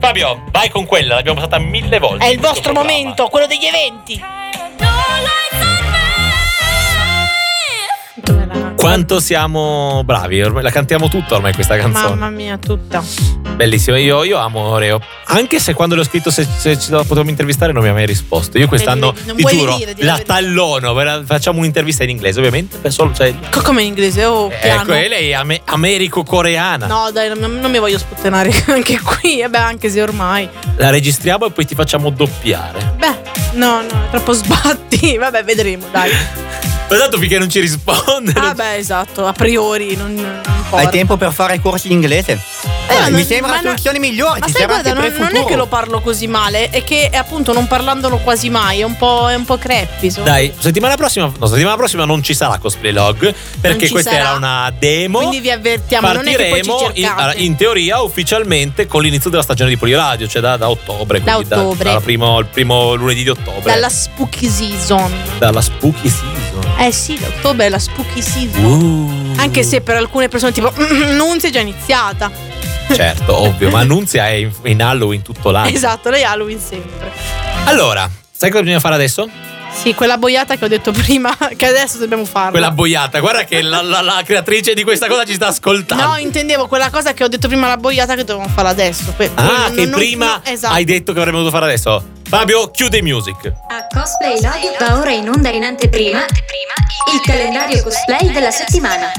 [SPEAKER 3] Fabio, vai con quella, l'abbiamo passata mille volte.
[SPEAKER 4] È il
[SPEAKER 3] in questo
[SPEAKER 4] vostro
[SPEAKER 3] programma.
[SPEAKER 4] momento, quello degli eventi.
[SPEAKER 3] Quanto siamo bravi, ormai la cantiamo tutta ormai questa canzone.
[SPEAKER 9] Mamma mia, tutta.
[SPEAKER 3] Bellissima, io, io amo Oreo. Anche se quando le ho scritto se, se ci potevamo intervistare non mi ha mai risposto. Io quest'anno,
[SPEAKER 9] Vedi, vedi, non
[SPEAKER 3] ti
[SPEAKER 9] vuoi
[SPEAKER 3] giuro,
[SPEAKER 9] dire, dire la
[SPEAKER 3] la
[SPEAKER 9] verità.
[SPEAKER 3] tallono. ve la- Facciamo un'intervista in inglese, ovviamente. per solo- cioè,
[SPEAKER 9] Co- Come in inglese, oh, piano.
[SPEAKER 3] ecco, e lei è ame- americo-coreana.
[SPEAKER 9] No, dai, non, non mi voglio sputtenare anche qui. E beh, anche se ormai.
[SPEAKER 3] La registriamo e poi ti facciamo doppiare.
[SPEAKER 9] Beh, no, no, è troppo sbatti. Vabbè, vedremo, dai.
[SPEAKER 3] Ma tanto finché non ci risponde.
[SPEAKER 9] Ah, beh, esatto, a priori non, non importa.
[SPEAKER 5] Hai tempo per fare corsi di inglese?
[SPEAKER 9] Eh, ma
[SPEAKER 5] mi
[SPEAKER 9] non- ma
[SPEAKER 5] sembra la
[SPEAKER 9] non-
[SPEAKER 5] soluzione migliore.
[SPEAKER 9] Ma
[SPEAKER 5] ci
[SPEAKER 9] sai,
[SPEAKER 5] sarà
[SPEAKER 9] guarda,
[SPEAKER 5] sempre
[SPEAKER 9] non,
[SPEAKER 5] il
[SPEAKER 9] non è
[SPEAKER 5] futuro.
[SPEAKER 9] che lo parlo così male, è che è appunto non parlandolo quasi mai, è un po', è un po creppis.
[SPEAKER 3] Dai, settimana prossima, no, settimana prossima non ci sarà cosplay log perché
[SPEAKER 9] ci
[SPEAKER 3] questa
[SPEAKER 9] sarà.
[SPEAKER 3] era una demo.
[SPEAKER 9] Quindi vi avvertiamo, non è che poi ci
[SPEAKER 3] Partiremo in, allora,
[SPEAKER 9] cercate.
[SPEAKER 3] in teoria ufficialmente con l'inizio della stagione di Poliradio, cioè da, da ottobre,
[SPEAKER 9] Da
[SPEAKER 3] quindi
[SPEAKER 9] ottobre.
[SPEAKER 3] dalla primo, il primo lunedì di ottobre.
[SPEAKER 9] Dalla spooky season.
[SPEAKER 3] Dalla spooky season.
[SPEAKER 9] Eh sì, l'ottobre è la spooky season.
[SPEAKER 3] Uh.
[SPEAKER 9] Anche se per alcune persone tipo Nunzia è già iniziata.
[SPEAKER 3] Certo, ovvio, ma Nunzia è in, in Halloween tutto l'anno.
[SPEAKER 9] Esatto, lei ha Halloween sempre.
[SPEAKER 3] Allora, sai cosa bisogna fare adesso?
[SPEAKER 4] Sì, quella boiata che ho detto prima, che adesso dobbiamo farla.
[SPEAKER 3] Quella boiata, guarda che la, la- la creatrice di questa cosa ci sta ascoltando.
[SPEAKER 4] No, intendevo quella cosa che ho detto prima, la boiata che dovevamo farla adesso. Que-
[SPEAKER 3] ah,
[SPEAKER 4] non-
[SPEAKER 3] che
[SPEAKER 4] non-
[SPEAKER 3] prima
[SPEAKER 4] no, esatto.
[SPEAKER 3] hai detto che avremmo dovuto fare adesso. Fabio, chiudi music.
[SPEAKER 1] A Cosplay Love da ora in onda in anteprima il calendario cosplay della settimana.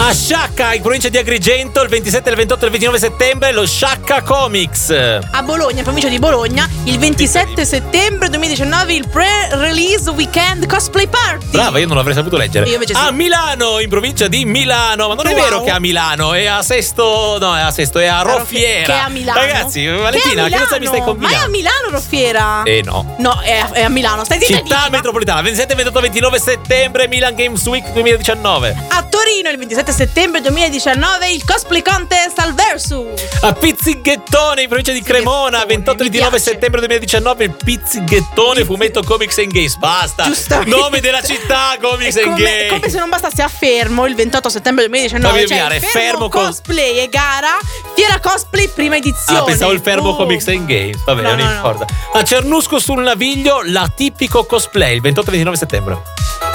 [SPEAKER 3] A Sciacca, in provincia di Agrigento, il 27, il 28 e il 29 settembre, lo Sciacca Comics.
[SPEAKER 4] A Bologna, provincia di Bologna, il 27 settembre 2019 il pre-release weekend cosplay party.
[SPEAKER 3] Brava, io non l'avrei saputo leggere.
[SPEAKER 4] Io invece sì.
[SPEAKER 3] A Milano, in provincia di Milano. Ma non è
[SPEAKER 4] Wow.
[SPEAKER 3] vero che è a Milano, è a Sesto. No, è a Sesto, è a Roffiera.
[SPEAKER 4] Che è a Milano.
[SPEAKER 3] Ragazzi,
[SPEAKER 4] è a
[SPEAKER 3] Valentina, che cosa mi
[SPEAKER 4] Milano?
[SPEAKER 3] stai combinando?
[SPEAKER 4] Ma è a Milano Roffiera?
[SPEAKER 3] Eh no.
[SPEAKER 4] No, è a, è a Milano. Stai zitta
[SPEAKER 3] Città
[SPEAKER 4] zitta.
[SPEAKER 3] metropolitana, 27, 28, 29 settembre, Milan Games Week 2019.
[SPEAKER 4] A Torino il 27 settembre 2019 il cosplay contest al Versus.
[SPEAKER 3] A Pizzighettone, in provincia di Cremona, 28
[SPEAKER 4] mi
[SPEAKER 3] 29
[SPEAKER 4] piace.
[SPEAKER 3] settembre 2019, il Pizzighettone, fumetto Comics and Games. Basta.
[SPEAKER 4] Giustamente.
[SPEAKER 3] Nome della città, Comics
[SPEAKER 4] È
[SPEAKER 3] and
[SPEAKER 4] come,
[SPEAKER 3] Games.
[SPEAKER 4] come se non bastasse a Fermo il 28 settembre 2019
[SPEAKER 3] Fammi
[SPEAKER 4] c'è il
[SPEAKER 3] indovinare, Fermo
[SPEAKER 4] Fermo
[SPEAKER 3] cos-
[SPEAKER 4] cosplay e gara Fiera cosplay prima edizione
[SPEAKER 3] Ah, pensavo il fermo
[SPEAKER 4] Boom.
[SPEAKER 3] Comics and Games. Vabbè,
[SPEAKER 4] Boh. No,
[SPEAKER 3] non
[SPEAKER 4] no, no.
[SPEAKER 3] importa. A Cernusco sul Naviglio, l'atipico cosplay, il 28-29 settembre.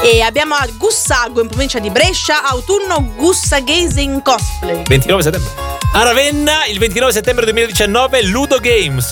[SPEAKER 4] E abbiamo a Gussago in provincia di Brescia Autunno Gussaghese in cosplay
[SPEAKER 3] 29 settembre. A Ravenna, il 29 settembre 2019, Ludo Games.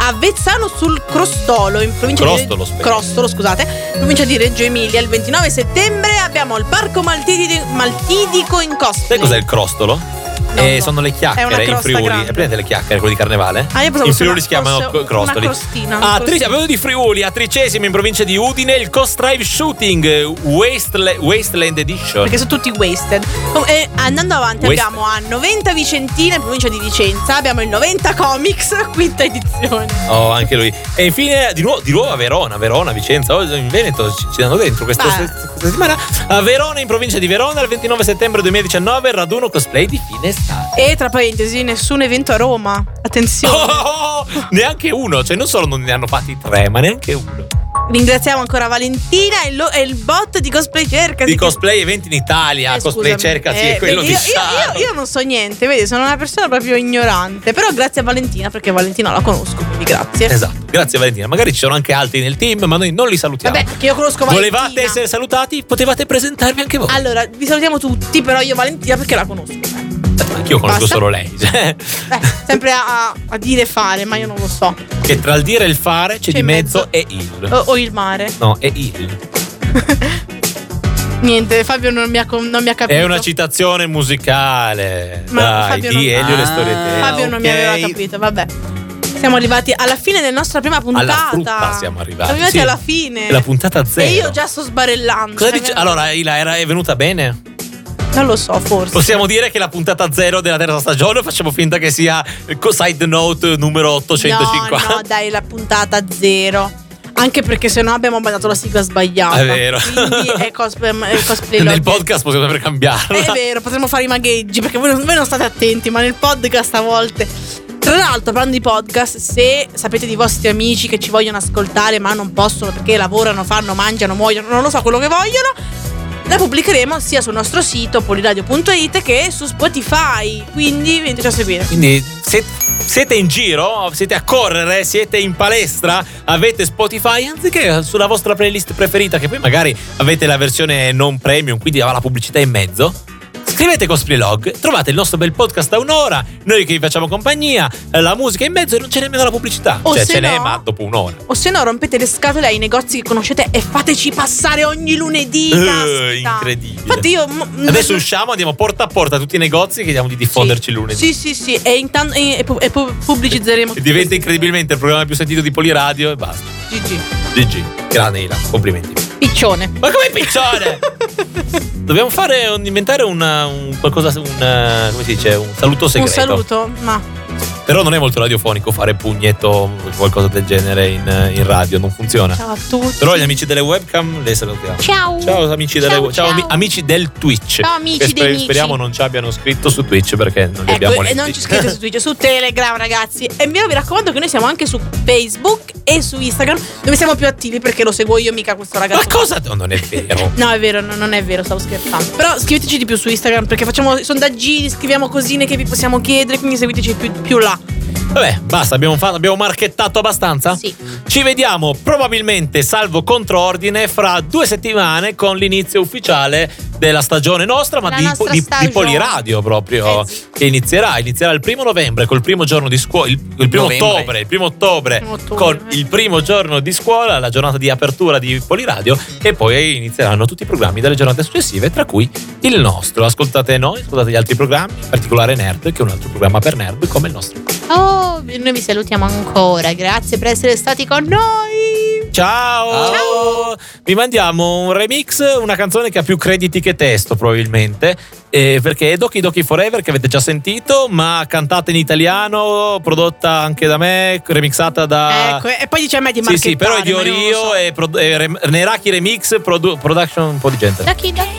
[SPEAKER 4] A Vezzano sul Crostolo in provincia
[SPEAKER 3] Crostolo,
[SPEAKER 4] di
[SPEAKER 3] spero.
[SPEAKER 4] Crostolo, scusate in provincia di Reggio Emilia il 29 settembre abbiamo il Parco Maltidi- Maltidico in cosplay
[SPEAKER 3] Sai cos'è il crostolo?
[SPEAKER 4] No,
[SPEAKER 3] Eh,
[SPEAKER 4] no.
[SPEAKER 3] Sono le
[SPEAKER 4] È una
[SPEAKER 3] chiacchiere in
[SPEAKER 4] crosta
[SPEAKER 3] Friuli.
[SPEAKER 4] grande.
[SPEAKER 3] E prendete le chiacchiere, quello di carnevale?
[SPEAKER 4] Ah, io pensavo
[SPEAKER 3] in
[SPEAKER 4] fosse
[SPEAKER 3] Friuli
[SPEAKER 4] una-
[SPEAKER 3] si chiamano
[SPEAKER 4] fosse
[SPEAKER 3] co- crostoli.
[SPEAKER 4] una crostina, un
[SPEAKER 3] Ah,
[SPEAKER 4] crostino.
[SPEAKER 3] Trice- avevo di Friuli, a Tricesimo in provincia di Udine, il Cost Drive Shooting eh, Wastel- Wasteland Edition.
[SPEAKER 4] perché sono tutti wasted. Com- eh, andando avanti,
[SPEAKER 3] Wasted.
[SPEAKER 4] abbiamo a 90 Vicentina in provincia di Vicenza, abbiamo il 90 Comics, quinta edizione.
[SPEAKER 3] Oh, anche lui. E infine, di nuovo, di nuovo a Verona, Verona, Vicenza, oh, in Veneto ci, ci danno dentro questa,
[SPEAKER 4] Beh.
[SPEAKER 3] se- questa settimana. A Verona, in provincia di Verona, il 29 settembre 2019, il raduno cosplay di fine estate.
[SPEAKER 4] E tra parentesi, nessun evento a Roma. Attenzione.
[SPEAKER 3] Oh, neanche uno, cioè non solo non ne hanno fatti tre, ma neanche uno.
[SPEAKER 4] Ringraziamo ancora Valentina e, lo- e il bot di cosplay cerca.
[SPEAKER 3] di cosplay eventi in Italia, Ah, cosplay cerca, sì, è quello di
[SPEAKER 4] Eh, io,
[SPEAKER 3] Saro.
[SPEAKER 4] io, io non so niente, vedi, sono una persona proprio ignorante. Però grazie a Valentina, perché Valentina la conosco, quindi grazie.
[SPEAKER 3] Esatto, grazie Valentina. Magari ci sono anche altri nel team, ma noi non li salutiamo.
[SPEAKER 4] Vabbè, perché io conosco Valentina.
[SPEAKER 3] Volevate essere salutati? Potevate presentarvi anche voi.
[SPEAKER 4] Allora, vi salutiamo tutti, però io Valentina perché la conosco.
[SPEAKER 3] Io conosco
[SPEAKER 4] basta.
[SPEAKER 3] solo lei. cioè,
[SPEAKER 4] Beh, sempre a, a dire e fare, ma io non lo so.
[SPEAKER 3] che tra il dire e il fare c'è, di mezzo, e il.
[SPEAKER 4] O, o il mare.
[SPEAKER 3] No, è il.
[SPEAKER 4] Niente, Fabio non mi ha, com- non mi ha capito.
[SPEAKER 3] È una citazione musicale.
[SPEAKER 4] Ma
[SPEAKER 3] Dai,
[SPEAKER 4] Fabio
[SPEAKER 3] di
[SPEAKER 4] non-
[SPEAKER 3] Elio e le storie
[SPEAKER 5] Ah,
[SPEAKER 3] tese.
[SPEAKER 4] Fabio non mi
[SPEAKER 5] ok.
[SPEAKER 4] aveva capito, vabbè. Siamo arrivati alla fine della nostra prima puntata.
[SPEAKER 3] frutta siamo arrivati,
[SPEAKER 4] Siamo arrivati
[SPEAKER 3] sì.
[SPEAKER 4] alla fine.
[SPEAKER 3] La puntata zero.
[SPEAKER 4] E io già sto sbarellando.
[SPEAKER 3] Cosa
[SPEAKER 4] cioè,
[SPEAKER 3] dice?
[SPEAKER 4] veramente-
[SPEAKER 3] Allora, Ila era, è venuta bene?
[SPEAKER 4] Non lo so, forse.
[SPEAKER 3] Possiamo dire che la puntata zero della terza stagione facciamo finta che sia eh, co- side note numero 850.
[SPEAKER 4] No, no, dai, la puntata zero. Anche perché se no abbiamo mandato la sigla sbagliata.
[SPEAKER 3] È vero.
[SPEAKER 4] Quindi è cosplay, è cosplay Eh,
[SPEAKER 3] Nel
[SPEAKER 4] lobby.
[SPEAKER 3] podcast possiamo sempre cambiarla.
[SPEAKER 4] È vero, potremmo fare i magheggi perché voi non, voi non state attenti, ma nel podcast a volte. Tra l'altro, parlando di podcast, se sapete di vostri amici che ci vogliono ascoltare ma non possono perché lavorano, fanno, mangiano, muoiono, non lo so quello che vogliono, la pubblicheremo sia sul nostro sito poliradio.it che su Spotify. Quindi veniteci a seguire.
[SPEAKER 3] Quindi se siete in giro, siete a correre, siete in palestra, avete Spotify, anziché sulla vostra playlist preferita, che poi magari avete la versione non premium, quindi ha la pubblicità in mezzo. Scrivete Cosplaylog, trovate il nostro bel podcast a un'ora, noi che vi facciamo compagnia, eh, la musica in mezzo e non c'è nemmeno la pubblicità.
[SPEAKER 4] O
[SPEAKER 3] cioè,
[SPEAKER 4] Oh, se
[SPEAKER 3] ce n'è,
[SPEAKER 4] no-
[SPEAKER 3] ma dopo un'ora.
[SPEAKER 4] O se no, rompete le scatole ai negozi che conoscete e fateci passare ogni lunedì.
[SPEAKER 3] Eh,
[SPEAKER 4] caspita.
[SPEAKER 3] incredibile.
[SPEAKER 4] Infatti, io. m-
[SPEAKER 3] Adesso
[SPEAKER 4] non-
[SPEAKER 3] usciamo, andiamo porta a porta a tutti i negozi e chiediamo di diffonderci
[SPEAKER 4] sì.
[SPEAKER 3] lunedì.
[SPEAKER 4] Sì, sì, sì. E, intanto, e, e pu- e pu-
[SPEAKER 3] E
[SPEAKER 4] pubblicizzeremo.
[SPEAKER 3] diventa
[SPEAKER 4] tutto questo.
[SPEAKER 3] incredibilmente il programma più sentito di Poliradio e basta.
[SPEAKER 4] GG.
[SPEAKER 3] GG, grande Ila, complimenti.
[SPEAKER 4] Piccione.
[SPEAKER 3] Ma come piccione? Dobbiamo fare un- inventare una- un qualcosa, un, eh, come si dice, un saluto
[SPEAKER 4] Un
[SPEAKER 3] segreto.
[SPEAKER 4] saluto. Ma
[SPEAKER 3] Però non è molto radiofonico fare pugnetto o qualcosa del genere in, in radio, non funziona.
[SPEAKER 4] ciao a tutti.
[SPEAKER 3] Però gli amici delle webcam le salutiamo.
[SPEAKER 4] Ciao.
[SPEAKER 3] Ciao amici, delle,
[SPEAKER 4] Ciao,
[SPEAKER 3] ciao, ami-
[SPEAKER 4] ciao.
[SPEAKER 3] amici del Twitch.
[SPEAKER 4] Ciao, amici
[SPEAKER 3] Che sper-
[SPEAKER 4] dei amici.
[SPEAKER 3] Speriamo non ci abbiano scritto su Twitch perché non li abbiamo
[SPEAKER 4] Ecco, e
[SPEAKER 3] letti.
[SPEAKER 4] non ci scrivete su Twitch, su Telegram, ragazzi. E mi vi raccomando che noi siamo anche su Facebook e su Instagram, dove siamo più attivi perché lo seguo io, mica questo
[SPEAKER 3] Ma
[SPEAKER 4] ragazzo.
[SPEAKER 3] cosa? No, non è vero.
[SPEAKER 4] No, è vero, no, non è vero, stavo scherzando. Però scriveteci di più su Instagram perché facciamo sondaggini, scriviamo cosine che vi possiamo chiedere, quindi seguiteci più, più là.
[SPEAKER 3] Vabbè, basta, abbiamo, fatto, abbiamo marchettato abbastanza?
[SPEAKER 1] Sì.
[SPEAKER 3] Ci vediamo probabilmente, salvo controordine, fra due settimane con l'inizio ufficiale della stagione nostra, ma
[SPEAKER 1] La
[SPEAKER 3] di,
[SPEAKER 1] nostra
[SPEAKER 3] di- di
[SPEAKER 1] stagione.
[SPEAKER 3] Poliradio proprio,
[SPEAKER 1] Eh sì.
[SPEAKER 3] che inizierà, inizierà il primo novembre, col primo giorno di scuola, il, il primo
[SPEAKER 5] Novembre.
[SPEAKER 3] ottobre, il primo ottobre,
[SPEAKER 4] Primo ottobre,
[SPEAKER 3] con
[SPEAKER 4] eh.
[SPEAKER 3] il primo giorno di scuola, la giornata di apertura di Poliradio, e poi inizieranno tutti i programmi delle giornate successive, tra cui il nostro. Ascoltate noi, ascoltate gli altri programmi, in particolare Nerd, che è un altro programma per Nerd come il nostro.
[SPEAKER 1] Oh, noi vi salutiamo ancora. Grazie per essere stati con noi.
[SPEAKER 3] Ciao! Vi mandiamo un remix, una canzone che ha più crediti che testo probabilmente, eh, perché è Doki Doki Forever che avete già sentito, ma cantata in italiano, prodotta anche da me, remixata da...
[SPEAKER 4] Ecco, e poi dice a me di
[SPEAKER 3] sì, sì, però è di
[SPEAKER 4] marchettare, ma io non lo
[SPEAKER 3] Orio
[SPEAKER 4] so.
[SPEAKER 3] e, pro- e rem- Neraki Remix produ- Production, un po' di gente.
[SPEAKER 1] Doki doki.